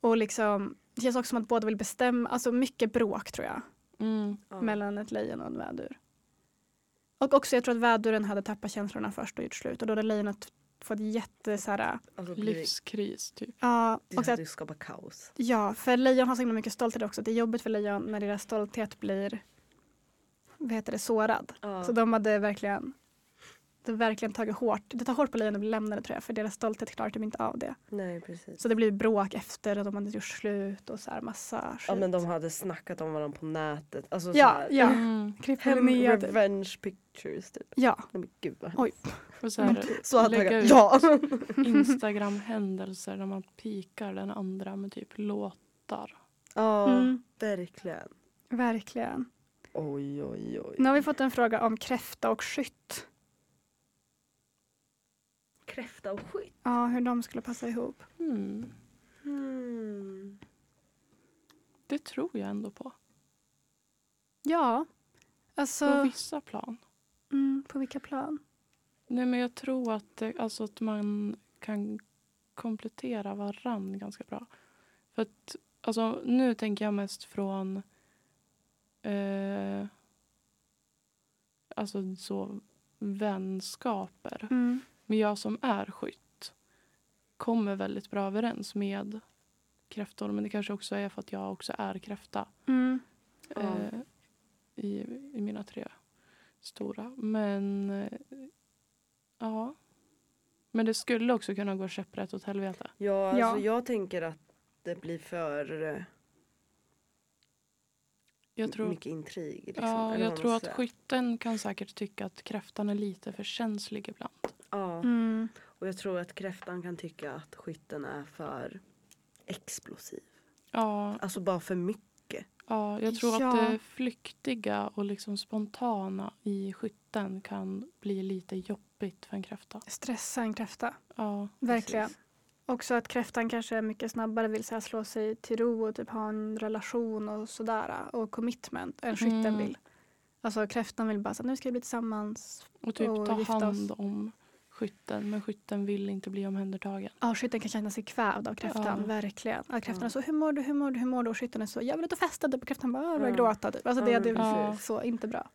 Speaker 4: Och liksom, det känns också som att båda vill bestämma. Alltså mycket bråk tror jag.
Speaker 2: Mm.
Speaker 3: Ja.
Speaker 4: Mellan ett lejon och en vädur. Och också jag tror att väduren hade tappat känslorna först och gjort slut. Och då hade lejonet fått jätte så här,
Speaker 3: alltså, livs...
Speaker 2: Livskris typ.
Speaker 4: ja,
Speaker 3: Det
Speaker 4: och så
Speaker 3: hade
Speaker 4: att
Speaker 3: ju skapat kaos.
Speaker 4: Ja, för lejon har så himla mycket stolthet också. Det är jobbigt för lejon när deras stolthet blir vad heter det, sårad.
Speaker 3: Ja.
Speaker 4: Så de hade verkligen, det har verkligen tagit hårt. Det tar hårt på lejon att bli lämnade tror jag för deras stolthet klarar de inte av det.
Speaker 3: Nej, precis.
Speaker 4: Så det blir bråk efter att de hade gjort slut och så här massa skit.
Speaker 3: Ja men de hade snackat om varandra på nätet. Alltså så
Speaker 4: ja,
Speaker 3: här,
Speaker 4: ja.
Speaker 2: Mm.
Speaker 4: Krypa
Speaker 3: Hem
Speaker 4: ner. typ.
Speaker 3: revenge pictures typ.
Speaker 4: Ja,
Speaker 3: Nej men gud vad
Speaker 4: oj.
Speaker 2: Och så här,
Speaker 3: Så hade
Speaker 2: lägga
Speaker 3: jag
Speaker 2: ut
Speaker 3: Ja!
Speaker 2: Instagram-händelser där man pikar den andra med typ låtar.
Speaker 3: Ja,
Speaker 4: Mm,
Speaker 3: verkligen.
Speaker 4: verkligen.
Speaker 3: Oj oj oj.
Speaker 4: Nu har vi fått en fråga om kräfta och skytt.
Speaker 3: Kräfta och skit.
Speaker 4: Ja, hur de skulle passa ihop.
Speaker 2: Mm.
Speaker 3: Mm.
Speaker 2: Det tror jag ändå på.
Speaker 4: Ja,
Speaker 2: På
Speaker 4: alltså
Speaker 2: vissa plan.
Speaker 4: mm, på vilka plan?
Speaker 2: Nej, men jag tror att, det, alltså att man kan komplettera varann ganska bra. För att, alltså, nu tänker jag mest från eh, alltså så vänskaper.
Speaker 4: Mm.
Speaker 2: Men jag som är skytt kommer väldigt bra överens med kräftor. Men det kanske också är för att jag också är kräfta
Speaker 4: Mm.
Speaker 3: Ja.
Speaker 2: eh, i, i mina tre stora. Men eh, ja. Men det skulle också kunna gå käpprätt åt helvete.
Speaker 3: Ja, alltså
Speaker 4: Ja.
Speaker 3: jag tänker att det blir för eh,
Speaker 2: Jag tror,
Speaker 3: mycket intrig. Liksom,
Speaker 2: ja,
Speaker 3: eller
Speaker 2: jag
Speaker 3: vad
Speaker 2: tror
Speaker 3: man
Speaker 2: att
Speaker 3: säger.
Speaker 2: skytten kan säkert tycka att kräftan är lite för känslig ibland.
Speaker 3: Ja,
Speaker 4: Mm.
Speaker 3: och jag tror att kräftan kan tycka att skytten är för explosiv.
Speaker 2: Ja,
Speaker 3: Alltså bara för mycket.
Speaker 2: ja jag tror
Speaker 4: Ja.
Speaker 2: att det flyktiga och liksom spontana i skytten kan bli lite jobbigt för en kräfta.
Speaker 4: Stressa en kräfta,
Speaker 2: Ja,
Speaker 4: verkligen.
Speaker 3: Precis.
Speaker 4: Också att kräftan kanske mycket snabbare vill så här, slå sig till ro och typ ha en relation och sådär äh, och commitment än skytten
Speaker 2: Mm.
Speaker 4: vill. Alltså kräftan vill bara så här, nu ska vi bli tillsammans.
Speaker 2: och typ
Speaker 4: Och
Speaker 2: ta
Speaker 4: gifta
Speaker 2: hand
Speaker 4: oss.
Speaker 2: om skytten. Men skytten vill inte bli omhändertagen.
Speaker 4: Ja, skytten kan känna sig kvävd av kräftan,
Speaker 2: Ja.
Speaker 4: verkligen. Att kräftan
Speaker 3: Ja.
Speaker 4: är så, hur mår du, hur mår du, hur mår du? Och skytten är så, jag vill ut och festa typ. Och kräftan bara, "Ah, börjar
Speaker 3: Ja.
Speaker 4: gråta typ. Alltså
Speaker 3: Ja,
Speaker 4: det,
Speaker 3: men
Speaker 4: det är
Speaker 2: precis.
Speaker 4: så inte bra.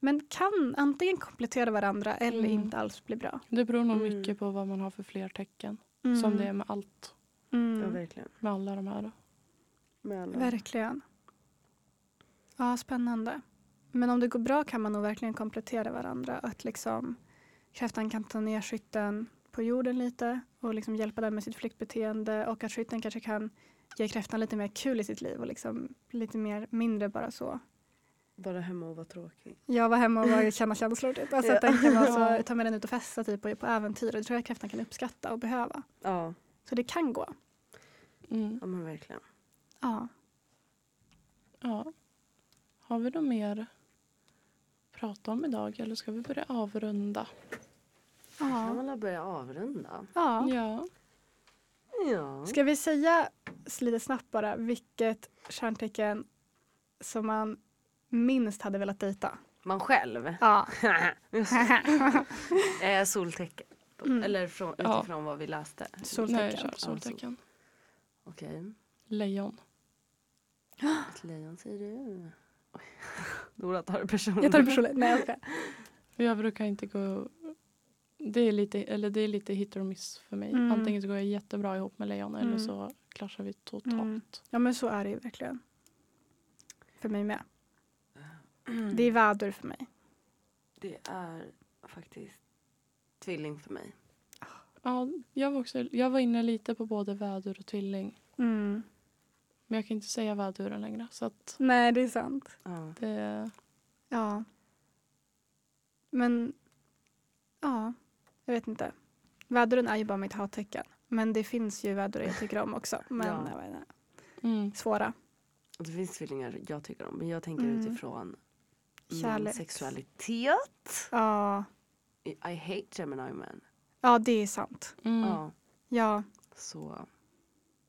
Speaker 4: Men kan antingen komplettera varandra eller
Speaker 2: Mm.
Speaker 4: inte alls bli bra.
Speaker 2: Det beror nog
Speaker 3: Mm.
Speaker 2: mycket på vad man har för fler tecken. Som det är med allt.
Speaker 3: Ja,
Speaker 4: Mm.
Speaker 3: verkligen.
Speaker 2: Med alla de här.
Speaker 3: Med alla.
Speaker 4: Verkligen. Ja, spännande. Men om det går bra kan man nog verkligen komplettera varandra. Att liksom kräftan kan ta ner skytten på jorden lite och liksom hjälpa den med sitt flyktbeteende och att skytten kanske kan ge kräftan lite mer kul i sitt liv och liksom lite mer mindre bara så.
Speaker 3: Bara hemma och vara tråkig.
Speaker 4: Jag var hemma och var känna känslor typ. Alltså att
Speaker 3: Ja.
Speaker 4: den kan vara så,
Speaker 2: Ja.
Speaker 4: ta med den ut och festa typ och ge på äventyr och det tror jag kräftan kan uppskatta och behöva.
Speaker 3: Ja,
Speaker 4: Så det kan gå.
Speaker 2: Mm.
Speaker 3: ja men verkligen.
Speaker 4: Ja.
Speaker 2: Ja. Har vi något mer att prata om idag eller ska vi börja avrunda?
Speaker 3: Kan
Speaker 4: Ja.
Speaker 3: man börja avrunda?
Speaker 4: ja.
Speaker 2: Ja.
Speaker 3: Ja.
Speaker 4: Ska vi säga s- lite snabbt bara vilket stjärntecken som man minst hade velat dejta?
Speaker 3: Man själv?
Speaker 4: Ja.
Speaker 3: eh, soltecken.
Speaker 4: Mm.
Speaker 3: Eller från,
Speaker 2: Ja.
Speaker 3: utifrån vad vi läste.
Speaker 2: Nej,
Speaker 4: Soltecken.
Speaker 2: kör soltecken.
Speaker 3: Okej.
Speaker 2: Lejon.
Speaker 3: Ett lejon säger du. Oj. Dora tar det personligt.
Speaker 4: Jag tar det personligt. Nej, jag skojar.
Speaker 2: Jag brukar inte gå... Det är lite, eller det är lite hit or miss för mig.
Speaker 4: Mm.
Speaker 2: Antingen så går jag jättebra ihop med lejon eller
Speaker 4: Mm.
Speaker 2: så klaschar vi totalt.
Speaker 4: Mm. Ja men så är det ju verkligen. För mig med. Det är väder för mig.
Speaker 3: Det är faktiskt tvilling för mig.
Speaker 2: Ja, jag, var också, jag var inne lite på både vädur och tvilling.
Speaker 4: Mm.
Speaker 2: Men jag kan inte säga väduren längre. Så att
Speaker 4: Nej det är sant.
Speaker 3: Ja.
Speaker 2: det,
Speaker 4: Ja. Men ja, jag vet inte. Väduren är ju bara mitt hattecken. Men det finns ju vädurer jag tycker om också. Men
Speaker 3: Ja.
Speaker 4: jag vet inte,
Speaker 2: mm,
Speaker 4: svåra.
Speaker 3: Och det finns tvillingar jag tycker om men jag tänker
Speaker 4: Mm.
Speaker 3: utifrån min
Speaker 4: Kärlek.
Speaker 3: sexualitet.
Speaker 4: Ja,
Speaker 3: I I hate Gemini man.
Speaker 4: ja det är sant.
Speaker 2: Mm.
Speaker 3: Ja,
Speaker 4: Ja.
Speaker 3: så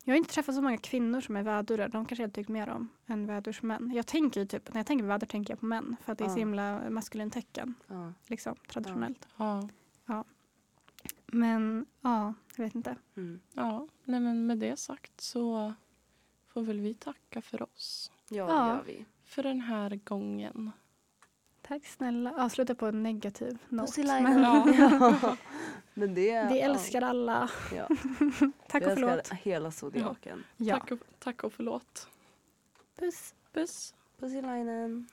Speaker 4: Jag har inte träffat så många kvinnor som är vädurar. De kanske jag tycker mer om än vädursmän. Jag tänker ju typ, när jag tänker väder tänker jag på män. För att det är så
Speaker 3: Ja.
Speaker 4: himla maskulint tecken.
Speaker 3: ja.
Speaker 4: Liksom, traditionellt.
Speaker 2: Ja.
Speaker 4: Men ja, jag vet inte.
Speaker 3: Mm.
Speaker 2: ja. Nej, men med det sagt så får väl vi tacka för oss.
Speaker 3: Ja,
Speaker 4: Ja.
Speaker 3: det gör vi.
Speaker 2: För den här gången.
Speaker 4: Tack snälla. Avsluta på en negativ not.
Speaker 3: Pussilainen.
Speaker 4: Men
Speaker 3: Ja. men det,
Speaker 4: vi älskar alla.
Speaker 3: ja. Ja.
Speaker 4: Tack
Speaker 3: vi
Speaker 4: och förlåt.
Speaker 3: älskar hela zodiaken.
Speaker 4: Ja.
Speaker 2: Tack, och, tack och förlåt.
Speaker 4: Puss.
Speaker 2: Puss.
Speaker 3: Pussilainen.